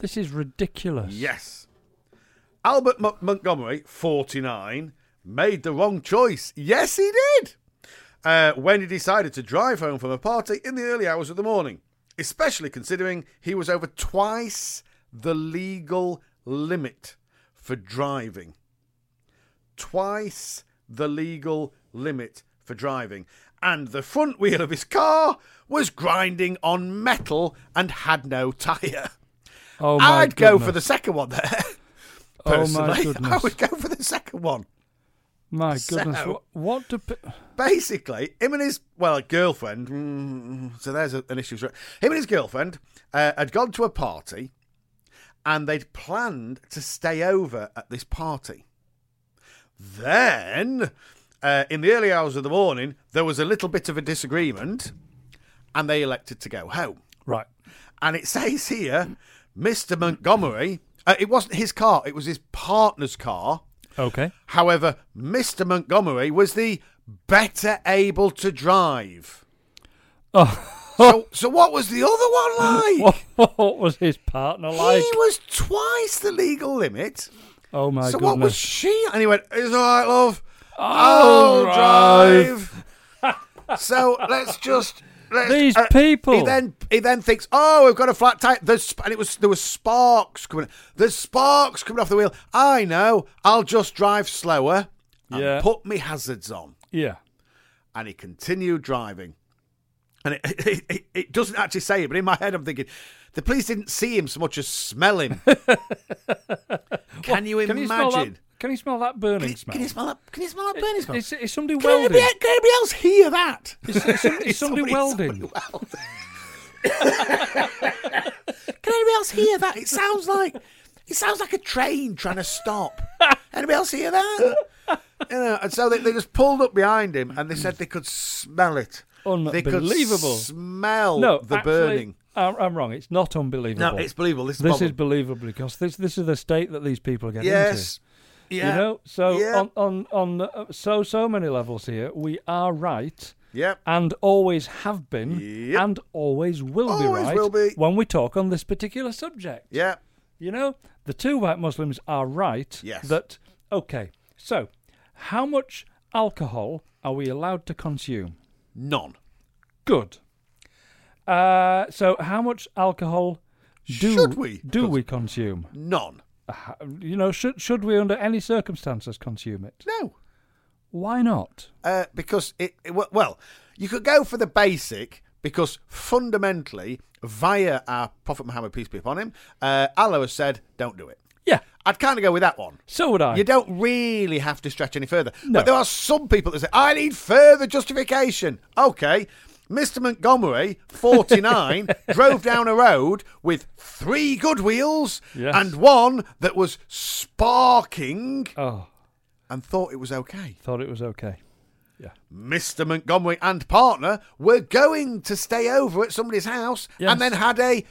[SPEAKER 2] This is ridiculous.
[SPEAKER 3] Yes. Albert Mo- Montgomery, 49, made the wrong choice. Yes, he did. Uh, when he decided to drive home from a party in the early hours of the morning, especially considering he was over twice the legal limit for driving. Twice the legal limit for driving. And the front wheel of his car was grinding on metal and had no tyre.
[SPEAKER 2] Oh my
[SPEAKER 3] I'd go
[SPEAKER 2] goodness.
[SPEAKER 3] for the second one there.
[SPEAKER 2] Oh my
[SPEAKER 3] Personally, I
[SPEAKER 2] goodness.
[SPEAKER 3] would go for the second one.
[SPEAKER 2] My goodness.
[SPEAKER 3] So-
[SPEAKER 2] What, what do pe-
[SPEAKER 3] Basically, him and his well, a girlfriend. mm, So there's a, an issue. Him and his girlfriend uh, had gone to a party, and they'd planned to stay over at this party. Then, uh, in the early hours of the morning, there was a little bit of a disagreement, and they elected to go home.
[SPEAKER 2] Right.
[SPEAKER 3] And it says here, Mr. Montgomery, uh, it wasn't his car, it was his partner's car.
[SPEAKER 2] Okay.
[SPEAKER 3] However, Mr. Montgomery was the better able to drive.
[SPEAKER 2] Oh,
[SPEAKER 3] So, so what was the other one like?
[SPEAKER 2] what, what was his partner like?
[SPEAKER 3] He was twice the legal limit.
[SPEAKER 2] Oh my
[SPEAKER 3] so
[SPEAKER 2] goodness.
[SPEAKER 3] what was she? And he went, "It's all right, love.
[SPEAKER 2] I'll Oh,
[SPEAKER 3] I'll drive." so let's just let's,
[SPEAKER 2] These
[SPEAKER 3] uh,
[SPEAKER 2] people.
[SPEAKER 3] He then he then thinks, "Oh, we've got a flat tire." There's sp- and it was there were sparks coming. There's sparks coming off the wheel. I know. I'll just drive slower and
[SPEAKER 2] Yeah.
[SPEAKER 3] put me hazards on.
[SPEAKER 2] yeah.
[SPEAKER 3] And he continued driving. And it, it, it, it doesn't actually say it, but in my head I'm thinking, the police didn't see him so much as smell him. Can you
[SPEAKER 2] Can
[SPEAKER 3] imagine?
[SPEAKER 2] you smell that? Can you smell that burning
[SPEAKER 3] Can you-
[SPEAKER 2] smell?
[SPEAKER 3] Can you smell that? Can you smell that burning smell?
[SPEAKER 2] Is, is somebody
[SPEAKER 3] can,
[SPEAKER 2] welding?
[SPEAKER 3] anybody, e, can anybody else hear that?
[SPEAKER 2] Is, is some- is somebody welding?
[SPEAKER 3] somebody welding. can anybody else hear that? It sounds like It sounds like a train trying to stop. Anybody else hear that? you know, and so they, they just pulled up behind him and they said they could smell it. They
[SPEAKER 2] Unbelievable.
[SPEAKER 3] could smell
[SPEAKER 2] No,
[SPEAKER 3] the
[SPEAKER 2] actually,
[SPEAKER 3] burning.
[SPEAKER 2] I'm, I'm wrong. It's not unbelievable.
[SPEAKER 3] No, it's believable. This is,
[SPEAKER 2] this
[SPEAKER 3] Bob.
[SPEAKER 2] is believable because this this is the state that these people get
[SPEAKER 3] yes.
[SPEAKER 2] into.
[SPEAKER 3] Yeah.
[SPEAKER 2] You know, so
[SPEAKER 3] Yeah.
[SPEAKER 2] on on on uh, so so many levels here, we are right.
[SPEAKER 3] Yep.
[SPEAKER 2] And always have been,
[SPEAKER 3] Yep.
[SPEAKER 2] and always will
[SPEAKER 3] Always
[SPEAKER 2] be right
[SPEAKER 3] will be.
[SPEAKER 2] when we talk on this particular subject.
[SPEAKER 3] Yep.
[SPEAKER 2] You know, the two white Muslims are right
[SPEAKER 3] Yes.
[SPEAKER 2] that, okay, so how much alcohol are we allowed to consume?
[SPEAKER 3] None.
[SPEAKER 2] Good. Uh, so, how much alcohol do
[SPEAKER 3] Should we
[SPEAKER 2] do
[SPEAKER 3] cons-
[SPEAKER 2] we consume?
[SPEAKER 3] None.
[SPEAKER 2] Uh, You know, should should we under any circumstances consume it?
[SPEAKER 3] No.
[SPEAKER 2] Why not?
[SPEAKER 3] Uh, because it, it- w- well, you could go for the basic because fundamentally, via our Prophet Muhammad peace be upon him, uh, Allah has said, "Don't do it."
[SPEAKER 2] Yeah,
[SPEAKER 3] I'd kind of go with that one.
[SPEAKER 2] so would I.
[SPEAKER 3] You don't really have to stretch any further.
[SPEAKER 2] No.
[SPEAKER 3] But there are some people that say, I need further justification. Okay. Mr. Montgomery, 49, drove down a road with three good wheels
[SPEAKER 2] Yes.
[SPEAKER 3] and one that was sparking
[SPEAKER 2] oh,
[SPEAKER 3] and thought it was okay.
[SPEAKER 2] thought it was okay.
[SPEAKER 3] Mr. Montgomery and partner were going to stay over at somebody's house
[SPEAKER 2] Yes.
[SPEAKER 3] and then had a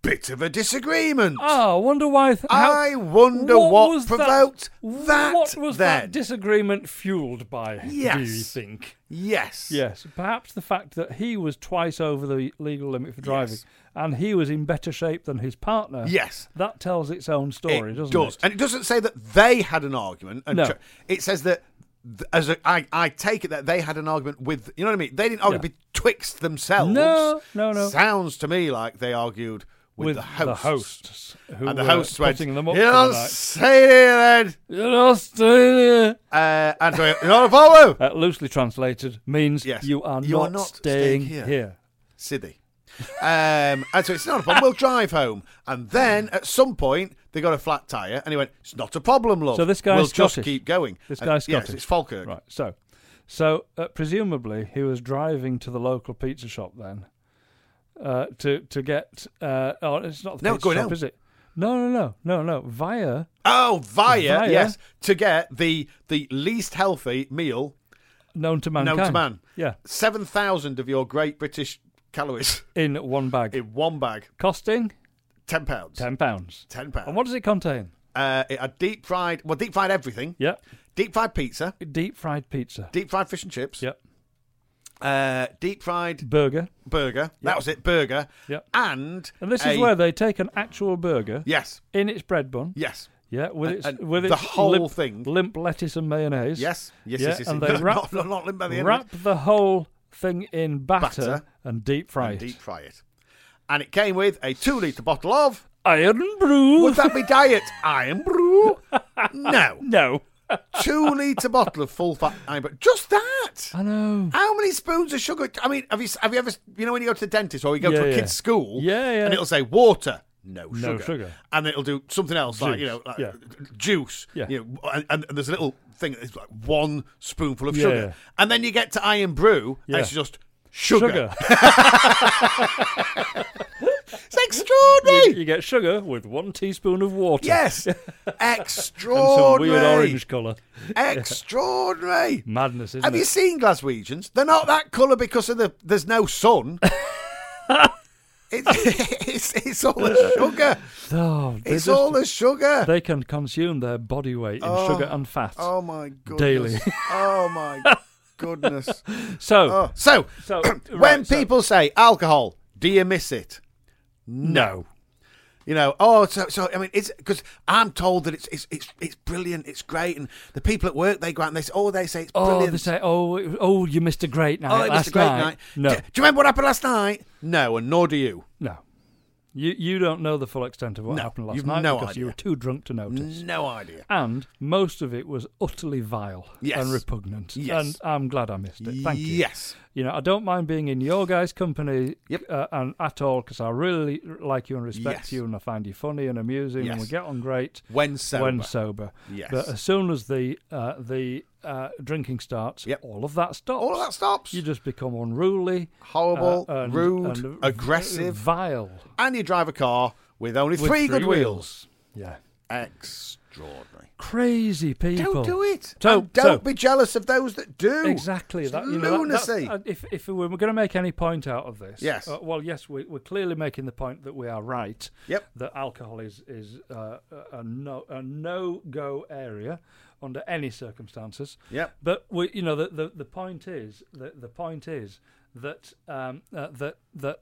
[SPEAKER 3] bit of a disagreement.
[SPEAKER 2] Oh, I wonder why. Th- how-
[SPEAKER 3] Ah, I wonder what,
[SPEAKER 2] was that-
[SPEAKER 3] provoked that,
[SPEAKER 2] What was
[SPEAKER 3] then.
[SPEAKER 2] that disagreement fueled by? Do you
[SPEAKER 3] Yes.
[SPEAKER 2] think?
[SPEAKER 3] yes.
[SPEAKER 2] Yes, perhaps the fact that he was twice over the legal limit for driving
[SPEAKER 3] Yes.
[SPEAKER 2] and he was in better shape than his partner.
[SPEAKER 3] Yes.
[SPEAKER 2] That tells its own story, doesn't
[SPEAKER 3] does.
[SPEAKER 2] it?
[SPEAKER 3] And it doesn't say that they had an argument. And
[SPEAKER 2] No.
[SPEAKER 3] tr- it says that th- as a, I, I take it that they had an argument with you know what I mean. They didn't argue
[SPEAKER 2] Yeah.
[SPEAKER 3] betwixt themselves.
[SPEAKER 2] No, no, no.
[SPEAKER 3] Sounds to me like they argued
[SPEAKER 2] With
[SPEAKER 3] with, the hosts.
[SPEAKER 2] hosts who
[SPEAKER 3] And
[SPEAKER 2] were
[SPEAKER 3] the hosts went,
[SPEAKER 2] putting them up
[SPEAKER 3] you
[SPEAKER 2] for
[SPEAKER 3] know,
[SPEAKER 2] the night.
[SPEAKER 3] say it then.
[SPEAKER 2] In Australia,
[SPEAKER 3] Uh, and so, you know, follow.
[SPEAKER 2] uh, loosely translated, means
[SPEAKER 3] Yes.
[SPEAKER 2] you are
[SPEAKER 3] You
[SPEAKER 2] not,
[SPEAKER 3] are not
[SPEAKER 2] staying,
[SPEAKER 3] staying here.
[SPEAKER 2] here.
[SPEAKER 3] Sydney. Um, and so it's not a problem. We'll drive home. And then at some point, they got a flat tyre and he went, It's not a problem, love.
[SPEAKER 2] So this guy's
[SPEAKER 3] We'll just
[SPEAKER 2] Scottish.
[SPEAKER 3] keep going.
[SPEAKER 2] This
[SPEAKER 3] And-
[SPEAKER 2] guy's
[SPEAKER 3] Uh, yes,
[SPEAKER 2] Scottish.
[SPEAKER 3] it's Falkirk.
[SPEAKER 2] Right. So, so uh, presumably he was driving to the local pizza shop then, uh, to to get. Uh, oh, it's not the
[SPEAKER 3] No,
[SPEAKER 2] pizza
[SPEAKER 3] going
[SPEAKER 2] shop,
[SPEAKER 3] home.
[SPEAKER 2] is it? No, no, no, no, no. Via
[SPEAKER 3] Oh, via,
[SPEAKER 2] Via.
[SPEAKER 3] yes, to get the the least healthy meal
[SPEAKER 2] known to mankind.
[SPEAKER 3] known to man.
[SPEAKER 2] Yeah,
[SPEAKER 3] Seven thousand of your great British calories
[SPEAKER 2] in one bag,
[SPEAKER 3] in one bag.
[SPEAKER 2] costing
[SPEAKER 3] Ten pounds.
[SPEAKER 2] ten pounds.
[SPEAKER 3] Ten pounds.
[SPEAKER 2] And what does it contain?
[SPEAKER 3] Uh, it had deep fried. Well, deep fried everything.
[SPEAKER 2] Yeah,
[SPEAKER 3] Deep fried pizza.
[SPEAKER 2] deep fried pizza.
[SPEAKER 3] Deep fried fish and chips.
[SPEAKER 2] Yep.
[SPEAKER 3] Uh, deep fried
[SPEAKER 2] Burger.
[SPEAKER 3] burger. That was it. Burger.
[SPEAKER 2] Yep.
[SPEAKER 3] And
[SPEAKER 2] And this
[SPEAKER 3] a-
[SPEAKER 2] is where they take an actual burger
[SPEAKER 3] Yes.
[SPEAKER 2] in its bread bun.
[SPEAKER 3] Yes.
[SPEAKER 2] Yeah, with its
[SPEAKER 3] and
[SPEAKER 2] with
[SPEAKER 3] the
[SPEAKER 2] its
[SPEAKER 3] whole
[SPEAKER 2] limp,
[SPEAKER 3] thing.
[SPEAKER 2] limp lettuce and mayonnaise.
[SPEAKER 3] Yes. Yes.
[SPEAKER 2] Yeah,
[SPEAKER 3] yes. Yes.
[SPEAKER 2] and
[SPEAKER 3] yes.
[SPEAKER 2] they
[SPEAKER 3] Not-
[SPEAKER 2] wrap-
[SPEAKER 3] not, not, limp by the end.
[SPEAKER 2] Wrap the whole thing in batter,
[SPEAKER 3] Batter
[SPEAKER 2] and deep fry
[SPEAKER 3] And
[SPEAKER 2] it.
[SPEAKER 3] deep fry it. And it came with a two litre bottle of.
[SPEAKER 2] Iron brew.
[SPEAKER 3] Would that be diet iron brew? No.
[SPEAKER 2] no.
[SPEAKER 3] Two litre bottle of full fat iron brew. Just that.
[SPEAKER 2] I know.
[SPEAKER 3] How many spoons of sugar? I mean, have you have you ever you know when you go to the dentist or you go
[SPEAKER 2] Yeah,
[SPEAKER 3] to a
[SPEAKER 2] yeah.
[SPEAKER 3] kid's school?
[SPEAKER 2] Yeah, yeah.
[SPEAKER 3] And it'll say water, no sugar,
[SPEAKER 2] No sugar.
[SPEAKER 3] and it'll do something else like you know
[SPEAKER 2] Juice,
[SPEAKER 3] like
[SPEAKER 2] yeah.
[SPEAKER 3] juice.
[SPEAKER 2] Yeah.
[SPEAKER 3] You know, and, and there's a little thing that's like one spoonful of
[SPEAKER 2] Yeah.
[SPEAKER 3] sugar, and then you get to iron brew,
[SPEAKER 2] Yeah.
[SPEAKER 3] and it's just sugar.
[SPEAKER 2] Sugar.
[SPEAKER 3] It's extraordinary.
[SPEAKER 2] you get sugar with one teaspoon of water.
[SPEAKER 3] yes,
[SPEAKER 2] And some
[SPEAKER 3] extraordinary.
[SPEAKER 2] weird orange colour.
[SPEAKER 3] Extraordinary.
[SPEAKER 2] Madness, isn't
[SPEAKER 3] Have
[SPEAKER 2] it?
[SPEAKER 3] you seen Glaswegians? They're not that colour because of the there's no sun. it's, it's it's all the sugar.
[SPEAKER 2] Oh, they,
[SPEAKER 3] It's
[SPEAKER 2] just-
[SPEAKER 3] all the sugar.
[SPEAKER 2] they can consume their body weight in
[SPEAKER 3] Oh,
[SPEAKER 2] sugar and fat.
[SPEAKER 3] Oh my goodness.
[SPEAKER 2] Daily.
[SPEAKER 3] Oh my goodness.
[SPEAKER 2] so,
[SPEAKER 3] Oh. So,
[SPEAKER 2] so
[SPEAKER 3] when
[SPEAKER 2] right, so-
[SPEAKER 3] people say alcohol, do you miss it? No. You know, oh, so, so I mean, it's because I'm told that it's, it's it's it's brilliant, it's great, and the people at work they go out and they say, oh, they say it's
[SPEAKER 2] oh,
[SPEAKER 3] brilliant.
[SPEAKER 2] they say, oh, it- oh, you missed a great night
[SPEAKER 3] oh, it
[SPEAKER 2] Uh, last
[SPEAKER 3] was a great night.
[SPEAKER 2] night. No,
[SPEAKER 3] Do, do you remember what happened last night? No, and nor do you.
[SPEAKER 2] no. You you don't know the full extent of what
[SPEAKER 3] No,
[SPEAKER 2] happened last
[SPEAKER 3] you've
[SPEAKER 2] night
[SPEAKER 3] no
[SPEAKER 2] because you
[SPEAKER 3] idea.
[SPEAKER 2] were too drunk to notice.
[SPEAKER 3] No idea.
[SPEAKER 2] And most of it was utterly vile
[SPEAKER 3] Yes.
[SPEAKER 2] and repugnant.
[SPEAKER 3] Yes.
[SPEAKER 2] And I'm glad I missed it. Thank you.
[SPEAKER 3] Yes.
[SPEAKER 2] You know, I don't mind being in your guys' company
[SPEAKER 3] Yep.
[SPEAKER 2] uh, and at all because I really like you and respect
[SPEAKER 3] Yes.
[SPEAKER 2] you and I find you funny and amusing and we
[SPEAKER 3] Yes.
[SPEAKER 2] get on great
[SPEAKER 3] When sober.
[SPEAKER 2] when sober.
[SPEAKER 3] Yes.
[SPEAKER 2] But as soon as the uh, the uh, drinking starts,
[SPEAKER 3] Yep.
[SPEAKER 2] all of that stops.
[SPEAKER 3] All of that stops.
[SPEAKER 2] You just become unruly,
[SPEAKER 3] Horrible,
[SPEAKER 2] uh, and-
[SPEAKER 3] rude,
[SPEAKER 2] and
[SPEAKER 3] aggressive,
[SPEAKER 2] vile.
[SPEAKER 3] and you drive a car with only
[SPEAKER 2] with
[SPEAKER 3] three, good wheels.
[SPEAKER 2] Yeah.
[SPEAKER 3] Extraordinary.
[SPEAKER 2] Crazy people.
[SPEAKER 3] Don't do it.
[SPEAKER 2] So-
[SPEAKER 3] And don't
[SPEAKER 2] so-
[SPEAKER 3] be jealous of those that do.
[SPEAKER 2] Exactly.
[SPEAKER 3] It's
[SPEAKER 2] That, you know, that- that-
[SPEAKER 3] lunacy.
[SPEAKER 2] uh, if, if we were going to make any point out of this,
[SPEAKER 3] Yes.
[SPEAKER 2] uh, well, yes, we, we're clearly making the point that we are right.
[SPEAKER 3] Yep.
[SPEAKER 2] That alcohol is is uh, a- a no a no go area under any circumstances.
[SPEAKER 3] Yep.
[SPEAKER 2] But we, you know, the, the, the point is the, the point is that um, uh, that that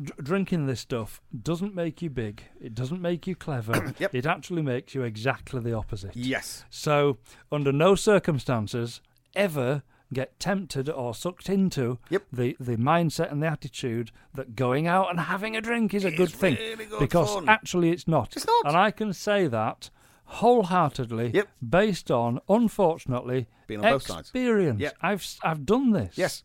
[SPEAKER 2] dr- drinking this stuff doesn't make you big. It doesn't make you clever.
[SPEAKER 3] Yep.
[SPEAKER 2] It actually makes you exactly the opposite.
[SPEAKER 3] Yes.
[SPEAKER 2] So, under no circumstances ever get tempted or sucked into
[SPEAKER 3] Yep.
[SPEAKER 2] the, the mindset and the attitude that going out and having a drink is a good thing.
[SPEAKER 3] really good
[SPEAKER 2] because
[SPEAKER 3] fun.
[SPEAKER 2] actually, it's not.
[SPEAKER 3] It's not.
[SPEAKER 2] And I can say that wholeheartedly
[SPEAKER 3] Yep.
[SPEAKER 2] based on, unfortunately,
[SPEAKER 3] Being on both sides.
[SPEAKER 2] experience.
[SPEAKER 3] Yep.
[SPEAKER 2] I've, s- I've done this.
[SPEAKER 3] Yes.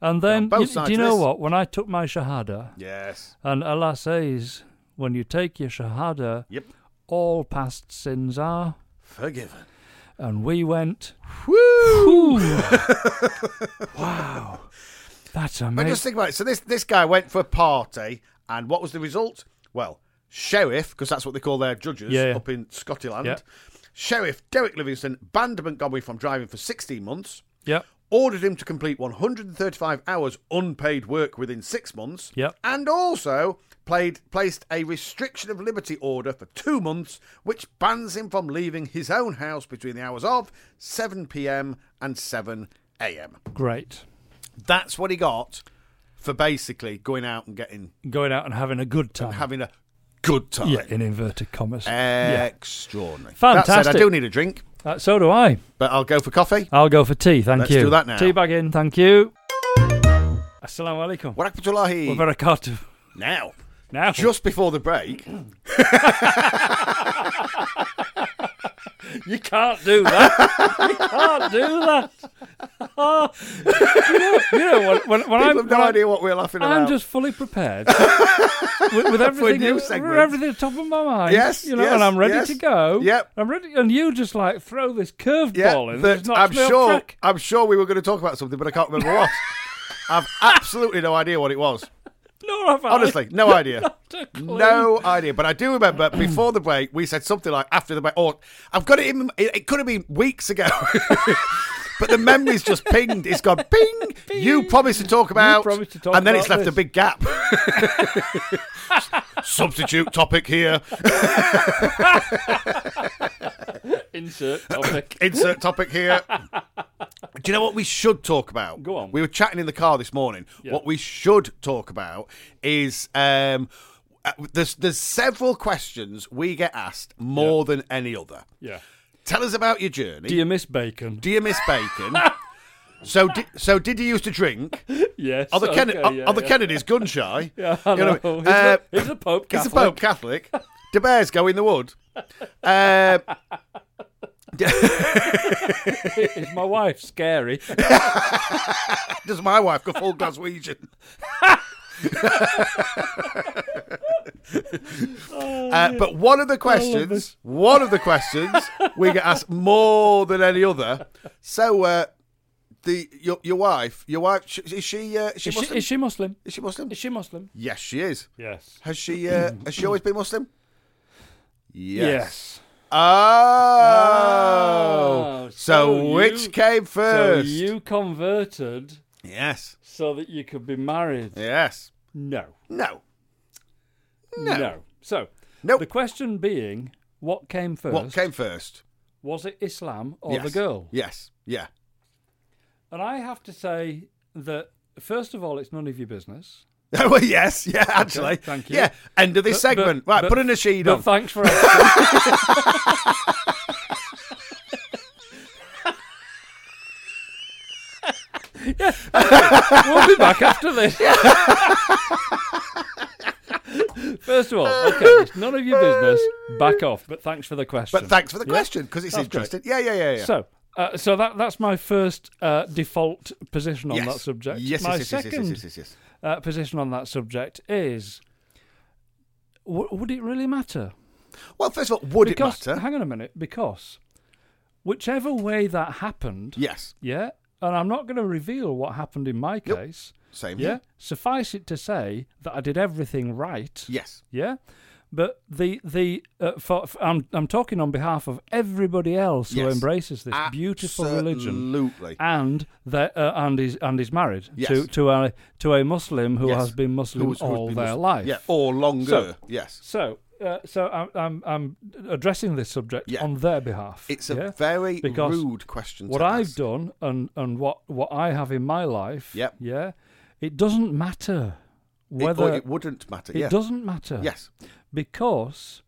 [SPEAKER 2] And then,
[SPEAKER 3] both
[SPEAKER 2] you-
[SPEAKER 3] sides
[SPEAKER 2] do you
[SPEAKER 3] of
[SPEAKER 2] know
[SPEAKER 3] this.
[SPEAKER 2] what? When I took my Shahada,
[SPEAKER 3] Yes.
[SPEAKER 2] and Allah says, when you take your Shahada,
[SPEAKER 3] Yep.
[SPEAKER 2] all past sins are.
[SPEAKER 3] Forgiven.
[SPEAKER 2] And we went,
[SPEAKER 3] Woo!
[SPEAKER 2] Ooh. wow. That's
[SPEAKER 3] But
[SPEAKER 2] amazing.
[SPEAKER 3] just think about it. So this this guy went for a party, and what was the result? Well, sheriff, because that's what they call their judges
[SPEAKER 2] Yeah, yeah.
[SPEAKER 3] up in Scotland.
[SPEAKER 2] Yeah.
[SPEAKER 3] Sheriff Derek Livingston banned Montgomery from driving for 16 months.
[SPEAKER 2] Yep.
[SPEAKER 3] Ordered him to complete 135 hours unpaid work within six months,
[SPEAKER 2] Yep.
[SPEAKER 3] and also played placed a restriction of liberty order for two months, which bans him from leaving his own house between the hours of 7 p.m. and 7 a.m.
[SPEAKER 2] Great.
[SPEAKER 3] That's what he got for basically going out and getting
[SPEAKER 2] Going out and having a good time.
[SPEAKER 3] having a good time.
[SPEAKER 2] Uh-huh. yeah, in inverted commas.
[SPEAKER 3] Uh, Extraordinary. That said, I
[SPEAKER 2] Fantastic.
[SPEAKER 3] do need a drink,
[SPEAKER 2] Uh, so do I.
[SPEAKER 3] but I'll go for coffee.
[SPEAKER 2] I'll go for tea. Thank
[SPEAKER 3] Let's
[SPEAKER 2] you.
[SPEAKER 3] do that now.
[SPEAKER 2] Tea bag in. Thank you. Assalamu alaikum.
[SPEAKER 3] Wa rahmatullahi.
[SPEAKER 2] Wa barakatuh.
[SPEAKER 3] Now,
[SPEAKER 2] Now.
[SPEAKER 3] just before the break,
[SPEAKER 2] You can't do that. you can't do that. you know, you know when, when, when
[SPEAKER 3] I
[SPEAKER 2] I'm,
[SPEAKER 3] have no
[SPEAKER 2] when I'm-
[SPEAKER 3] idea what we're laughing about.
[SPEAKER 2] I'm just fully prepared with, with everything,
[SPEAKER 3] new
[SPEAKER 2] with
[SPEAKER 3] segment.
[SPEAKER 2] everything at the top of my mind.
[SPEAKER 3] Yes,
[SPEAKER 2] you know,
[SPEAKER 3] yes,
[SPEAKER 2] and I'm ready
[SPEAKER 3] yes.
[SPEAKER 2] to go.
[SPEAKER 3] Yep.
[SPEAKER 2] I'm ready, and you just like throw this curveball
[SPEAKER 3] yeah,
[SPEAKER 2] in.
[SPEAKER 3] that
[SPEAKER 2] That
[SPEAKER 3] I'm
[SPEAKER 2] knocks me off
[SPEAKER 3] sure.
[SPEAKER 2] track.
[SPEAKER 3] I'm sure we were going to talk about something, but I can't remember what. I've absolutely no idea what it was.
[SPEAKER 2] Nor have I.
[SPEAKER 3] Honestly, no idea.
[SPEAKER 2] Not a clue.
[SPEAKER 3] No idea, but I do remember before the break we said something like after the break, or I've got it in. It, it could have been weeks ago, but the memory's just pinged. It's gone ping. You promised to talk about,
[SPEAKER 2] promised to talk
[SPEAKER 3] and then
[SPEAKER 2] about
[SPEAKER 3] it's left
[SPEAKER 2] this.
[SPEAKER 3] a big gap. Substitute topic here.
[SPEAKER 2] Insert topic.
[SPEAKER 3] Insert topic here. Do you know what we should talk about?
[SPEAKER 2] Go on.
[SPEAKER 3] We were chatting in the car this morning. What we should talk about is um, uh, there's there's several questions we get asked more than any other.
[SPEAKER 2] yeah.
[SPEAKER 3] Tell us about your journey.
[SPEAKER 2] Do you miss bacon?
[SPEAKER 3] Do you miss bacon? so di- so did you used to drink?
[SPEAKER 2] yes.
[SPEAKER 3] Are the, Ken-
[SPEAKER 2] okay,
[SPEAKER 3] are,
[SPEAKER 2] yeah,
[SPEAKER 3] are the
[SPEAKER 2] yeah.
[SPEAKER 3] Kennedys gun shy?
[SPEAKER 2] Yeah, I
[SPEAKER 3] You know,
[SPEAKER 2] know. He's,
[SPEAKER 3] uh,
[SPEAKER 2] a, he's a Pope
[SPEAKER 3] He's a
[SPEAKER 2] Catholic.
[SPEAKER 3] Pope Catholic. De Bears go in the wood. Uh,
[SPEAKER 2] Is my wife scary?
[SPEAKER 3] does my wife go full Glaswegian? Uh, but one of the questions,
[SPEAKER 2] this.
[SPEAKER 3] one of the questions we get asked more than any other. So, uh, the your your wife, your wife, sh- is she uh, she
[SPEAKER 2] Is she,
[SPEAKER 3] Muslim?
[SPEAKER 2] is she Muslim?
[SPEAKER 3] is she Muslim?
[SPEAKER 2] Is she Muslim?
[SPEAKER 3] Yes, she is.
[SPEAKER 2] Yes.
[SPEAKER 3] Has she? Uh, has she always been Muslim? Yes.
[SPEAKER 2] Yes.
[SPEAKER 3] Oh.
[SPEAKER 2] Oh,
[SPEAKER 3] so,
[SPEAKER 2] so
[SPEAKER 3] which
[SPEAKER 2] you-
[SPEAKER 3] came
[SPEAKER 2] So
[SPEAKER 3] first?
[SPEAKER 2] you converted
[SPEAKER 3] Yes.
[SPEAKER 2] so that you could be married?
[SPEAKER 3] Yes.
[SPEAKER 2] No.
[SPEAKER 3] No.
[SPEAKER 2] No. So,
[SPEAKER 3] Nope.
[SPEAKER 2] the question being, what came first?
[SPEAKER 3] What came first?
[SPEAKER 2] Was it Islam or
[SPEAKER 3] yes.
[SPEAKER 2] the girl?
[SPEAKER 3] Yes. Yeah.
[SPEAKER 2] And I have to say that, first of all, it's none of your business.
[SPEAKER 3] well, yes. Yeah. Actually.
[SPEAKER 2] thank you.
[SPEAKER 3] Yeah. End of this
[SPEAKER 2] But-
[SPEAKER 3] segment.
[SPEAKER 2] but-
[SPEAKER 3] right.
[SPEAKER 2] but-
[SPEAKER 3] put in a sheet
[SPEAKER 2] But
[SPEAKER 3] on.
[SPEAKER 2] thanks for asking. Yeah. We'll be back after this. First of all, okay, it's none of your business. Back off. But thanks for the question.
[SPEAKER 3] But thanks for the question because it's
[SPEAKER 2] That's great.
[SPEAKER 3] interesting. Yeah. Yeah. Yeah. Yeah.
[SPEAKER 2] So, uh, so that that's my first uh, default position on
[SPEAKER 3] yes.
[SPEAKER 2] that subject.
[SPEAKER 3] Yes.
[SPEAKER 2] my
[SPEAKER 3] yes, yes, yes,
[SPEAKER 2] second
[SPEAKER 3] yes. Yes. Yes. Yes.
[SPEAKER 2] Uh, position on that subject is: w- would it really matter?
[SPEAKER 3] Well, first of all, would
[SPEAKER 2] Because
[SPEAKER 3] it matter?
[SPEAKER 2] hang on a minute, because whichever way that happened,
[SPEAKER 3] Yes.
[SPEAKER 2] yeah, and I'm not going to reveal what happened in my case,
[SPEAKER 3] Same.
[SPEAKER 2] yeah.
[SPEAKER 3] here.
[SPEAKER 2] Suffice it to say that I did everything right,
[SPEAKER 3] Yes.
[SPEAKER 2] yeah. But the the uh, for, for- I'm I'm talking on behalf of everybody else who
[SPEAKER 3] Yes.
[SPEAKER 2] embraces this beautiful religion
[SPEAKER 3] Absolutely.
[SPEAKER 2] and that uh, and is and is married
[SPEAKER 3] Yes.
[SPEAKER 2] to to a to a Muslim who
[SPEAKER 3] Yes.
[SPEAKER 2] has been Muslim
[SPEAKER 3] Who's- who's
[SPEAKER 2] all
[SPEAKER 3] been
[SPEAKER 2] their
[SPEAKER 3] Muslim.
[SPEAKER 2] life.
[SPEAKER 3] Yeah, or longer.
[SPEAKER 2] So-
[SPEAKER 3] yes.
[SPEAKER 2] So uh, so I'm, I'm I'm addressing this subject
[SPEAKER 3] Yeah.
[SPEAKER 2] on their behalf.
[SPEAKER 3] It's a
[SPEAKER 2] yeah?
[SPEAKER 3] very
[SPEAKER 2] Because
[SPEAKER 3] rude question.
[SPEAKER 2] what
[SPEAKER 3] to
[SPEAKER 2] I've
[SPEAKER 3] ask.
[SPEAKER 2] done and and what what I have in my life.
[SPEAKER 3] Yep.
[SPEAKER 2] Yeah. It doesn't matter
[SPEAKER 3] It- or
[SPEAKER 2] whether
[SPEAKER 3] it, wouldn't matter.
[SPEAKER 2] it
[SPEAKER 3] yeah.
[SPEAKER 2] doesn't matter.
[SPEAKER 3] Yes,
[SPEAKER 2] because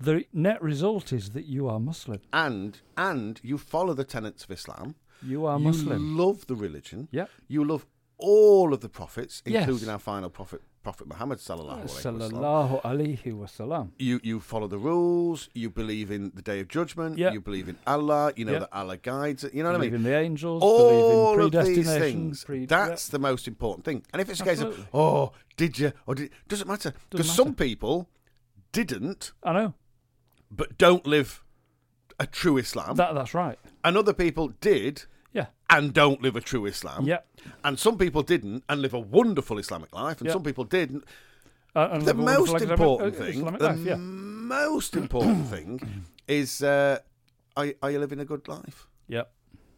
[SPEAKER 2] the net result is that you are Muslim.
[SPEAKER 3] and and you follow the tenets of Islam.
[SPEAKER 2] You are
[SPEAKER 3] you
[SPEAKER 2] Muslim.
[SPEAKER 3] love the religion.
[SPEAKER 2] Yep.
[SPEAKER 3] You love all of the prophets,
[SPEAKER 2] Yes.
[SPEAKER 3] including our final prophet, Prophet Muhammad sallallahu alaihi wasallam.
[SPEAKER 2] Sallallahu alaihi wasallam.
[SPEAKER 3] You you follow the rules. You believe in the Day of Judgment.
[SPEAKER 2] Yep.
[SPEAKER 3] You believe in Allah. You know
[SPEAKER 2] Yep.
[SPEAKER 3] that Allah guides. it, You know what I
[SPEAKER 2] Believe
[SPEAKER 3] mean.
[SPEAKER 2] in the angels.
[SPEAKER 3] all
[SPEAKER 2] believe in
[SPEAKER 3] of these
[SPEAKER 2] predestination.
[SPEAKER 3] things.
[SPEAKER 2] pre-
[SPEAKER 3] that's the most important thing. And if it's a case of,
[SPEAKER 2] Absolutely.
[SPEAKER 3] oh, did you or did doesn't matter because
[SPEAKER 2] Doesn't
[SPEAKER 3] some people didn't,
[SPEAKER 2] yeah. I know.
[SPEAKER 3] but don't live a true Islam,
[SPEAKER 2] That that's right.
[SPEAKER 3] and other people did
[SPEAKER 2] Yeah.
[SPEAKER 3] and don't live a true Islam.
[SPEAKER 2] Yep.
[SPEAKER 3] And some people didn't and live a wonderful Islamic life, and
[SPEAKER 2] Yeah.
[SPEAKER 3] some people didn't.
[SPEAKER 2] Uh, and
[SPEAKER 3] The
[SPEAKER 2] live a wonderful
[SPEAKER 3] most
[SPEAKER 2] Islamic-
[SPEAKER 3] important
[SPEAKER 2] uh,
[SPEAKER 3] thing. um,
[SPEAKER 2] Islamic
[SPEAKER 3] the
[SPEAKER 2] life, yeah.
[SPEAKER 3] most important thing is. Uh, are, you- are you living a good life?
[SPEAKER 2] Yep.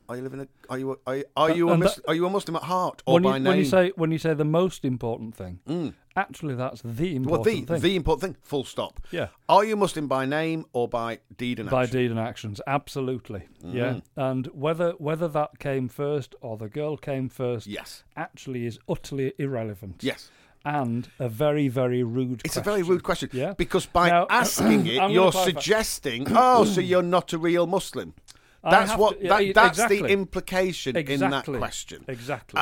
[SPEAKER 3] Are you living a are you a, are, you- are you a
[SPEAKER 2] and
[SPEAKER 3] Mus-
[SPEAKER 2] that-
[SPEAKER 3] are you a Muslim at heart or
[SPEAKER 2] When you,
[SPEAKER 3] by name? Mm.
[SPEAKER 2] when you say when you say the most important thing, actually that's the
[SPEAKER 3] Well,
[SPEAKER 2] important
[SPEAKER 3] the
[SPEAKER 2] thing.
[SPEAKER 3] the important thing. Full stop.
[SPEAKER 2] Yeah.
[SPEAKER 3] Are you Muslim by name or by deed and
[SPEAKER 2] by
[SPEAKER 3] action? Mm.
[SPEAKER 2] deed and actions absolutely yeah and whether whether that came first or the girl came first
[SPEAKER 3] Yes.
[SPEAKER 2] actually is utterly irrelevant
[SPEAKER 3] Yes.
[SPEAKER 2] and a very very rude
[SPEAKER 3] It's
[SPEAKER 2] question.
[SPEAKER 3] a very rude question.
[SPEAKER 2] Yeah.
[SPEAKER 3] Because by
[SPEAKER 2] Now-
[SPEAKER 3] asking
[SPEAKER 2] I'm
[SPEAKER 3] it,
[SPEAKER 2] gonna
[SPEAKER 3] you're
[SPEAKER 2] clarify.
[SPEAKER 3] suggesting, oh, so you're not a real Muslim.
[SPEAKER 2] I
[SPEAKER 3] That's
[SPEAKER 2] have
[SPEAKER 3] what.
[SPEAKER 2] to- yeah,
[SPEAKER 3] that,
[SPEAKER 2] e-
[SPEAKER 3] that's the
[SPEAKER 2] exactly.
[SPEAKER 3] implication in that
[SPEAKER 2] Exactly.
[SPEAKER 3] question. Uh,
[SPEAKER 2] exactly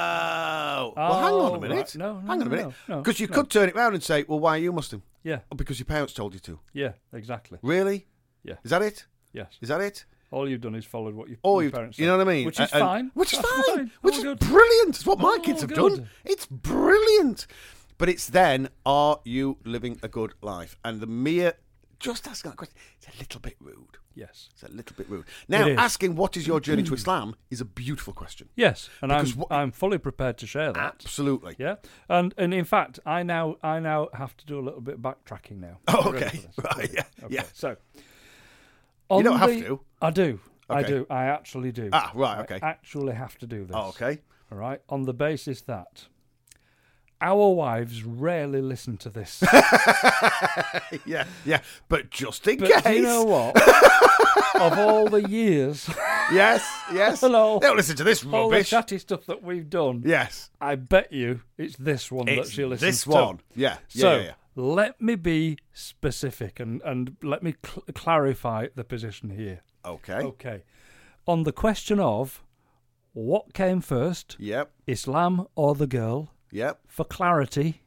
[SPEAKER 3] Oh, well, hang on a
[SPEAKER 2] Oh,
[SPEAKER 3] minute.
[SPEAKER 2] right. No, no,
[SPEAKER 3] hang on a
[SPEAKER 2] no,
[SPEAKER 3] minute.
[SPEAKER 2] no, no,
[SPEAKER 3] Because you
[SPEAKER 2] no.
[SPEAKER 3] could turn it round and say, well, why are you Muslim?
[SPEAKER 2] yeah
[SPEAKER 3] Oh, because your parents told you to.
[SPEAKER 2] yeah exactly
[SPEAKER 3] Really?
[SPEAKER 2] Yeah.
[SPEAKER 3] Is that it?
[SPEAKER 2] yes
[SPEAKER 3] Is that it?
[SPEAKER 2] all you've done is followed what your,
[SPEAKER 3] Or
[SPEAKER 2] your
[SPEAKER 3] you,
[SPEAKER 2] parents
[SPEAKER 3] you
[SPEAKER 2] said.
[SPEAKER 3] know what I mean?
[SPEAKER 2] which is
[SPEAKER 3] And-
[SPEAKER 2] fine
[SPEAKER 3] Which is
[SPEAKER 2] That's
[SPEAKER 3] fine.
[SPEAKER 2] All
[SPEAKER 3] Which is
[SPEAKER 2] good.
[SPEAKER 3] brilliant. It's what my
[SPEAKER 2] All
[SPEAKER 3] kids have
[SPEAKER 2] good.
[SPEAKER 3] done. It's brilliant. But it's then, are you living a good life? And the mere just asking that question, it's a little bit rude.
[SPEAKER 2] yes
[SPEAKER 3] It's a little bit rude. Now,
[SPEAKER 2] is.
[SPEAKER 3] asking what is your journey to Islam is a beautiful question.
[SPEAKER 2] yes and I'm
[SPEAKER 3] Because what-
[SPEAKER 2] I'm fully prepared to share that
[SPEAKER 3] Absolutely.
[SPEAKER 2] yeah and and in fact I now I now have to do a little bit of backtracking now
[SPEAKER 3] Oh,
[SPEAKER 2] Get ready
[SPEAKER 3] okay.
[SPEAKER 2] for this.
[SPEAKER 3] Right, yeah. yeah.
[SPEAKER 2] So,
[SPEAKER 3] You don't
[SPEAKER 2] on
[SPEAKER 3] have
[SPEAKER 2] the-
[SPEAKER 3] to.
[SPEAKER 2] I do. I
[SPEAKER 3] Okay.
[SPEAKER 2] do. I actually do.
[SPEAKER 3] Ah, right, okay.
[SPEAKER 2] I actually have to do this.
[SPEAKER 3] Oh, okay.
[SPEAKER 2] All right. On the basis that our wives rarely listen to this.
[SPEAKER 3] Yeah, yeah. But just in
[SPEAKER 2] But do
[SPEAKER 3] case.
[SPEAKER 2] you know what? of all the years,
[SPEAKER 3] Yes, yes.
[SPEAKER 2] Hello.
[SPEAKER 3] Don't listen to this
[SPEAKER 2] all the
[SPEAKER 3] rubbish.
[SPEAKER 2] chatty stuff that we've done,
[SPEAKER 3] Yes.
[SPEAKER 2] I bet you it's this one
[SPEAKER 3] It's
[SPEAKER 2] that she listens
[SPEAKER 3] this
[SPEAKER 2] to.
[SPEAKER 3] one. Yeah. Yeah,
[SPEAKER 2] So
[SPEAKER 3] yeah, yeah.
[SPEAKER 2] let me be specific and, and let me cl- clarify the position here.
[SPEAKER 3] Okay.
[SPEAKER 2] Okay. On the question of what came first,
[SPEAKER 3] Yep,
[SPEAKER 2] Islam or the girl,
[SPEAKER 3] yep.
[SPEAKER 2] for clarity,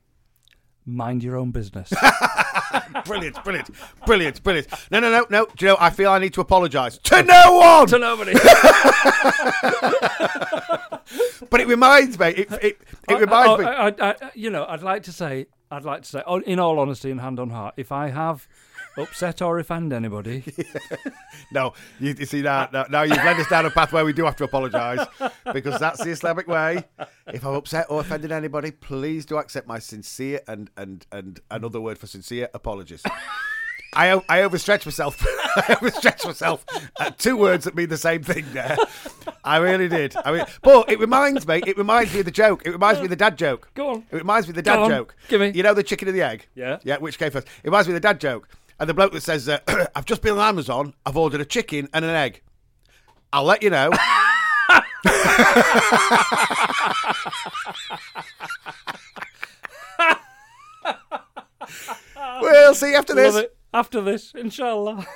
[SPEAKER 2] mind your own business.
[SPEAKER 3] Brilliant, brilliant, brilliant, brilliant. No, no, no, no. Do you know, I feel I need to apologise to no one.
[SPEAKER 2] to nobody.
[SPEAKER 3] But it reminds me, it, it, it
[SPEAKER 2] Oh,
[SPEAKER 3] reminds me.
[SPEAKER 2] I, I, I- you know, I'd like to say, I'd like to say, oh, in all honesty and hand on heart, if I have upset or offend anybody,
[SPEAKER 3] No, you, you see, now, now, now you've led us down a path where we do have to apologise because that's the Islamic way. If I'm upset or offended anybody, please do accept my sincere and, and, and another word for sincere apologies. I, o- I overstretch myself. I overstretch myself at two words that mean the same thing there. I really did. I mean, but it reminds me, it reminds me of the joke. It reminds me of the dad joke.
[SPEAKER 2] Go on.
[SPEAKER 3] It reminds me of the dad
[SPEAKER 2] Go on.
[SPEAKER 3] joke.
[SPEAKER 2] Give me.
[SPEAKER 3] You know the chicken and the egg?
[SPEAKER 2] Yeah.
[SPEAKER 3] Yeah, which came first? It reminds me of the dad joke. And the bloke that says, uh, I've just been on Amazon, I've ordered a chicken and an egg. I'll let you know. we'll see you after
[SPEAKER 2] love
[SPEAKER 3] this.
[SPEAKER 2] it. After this, inshallah.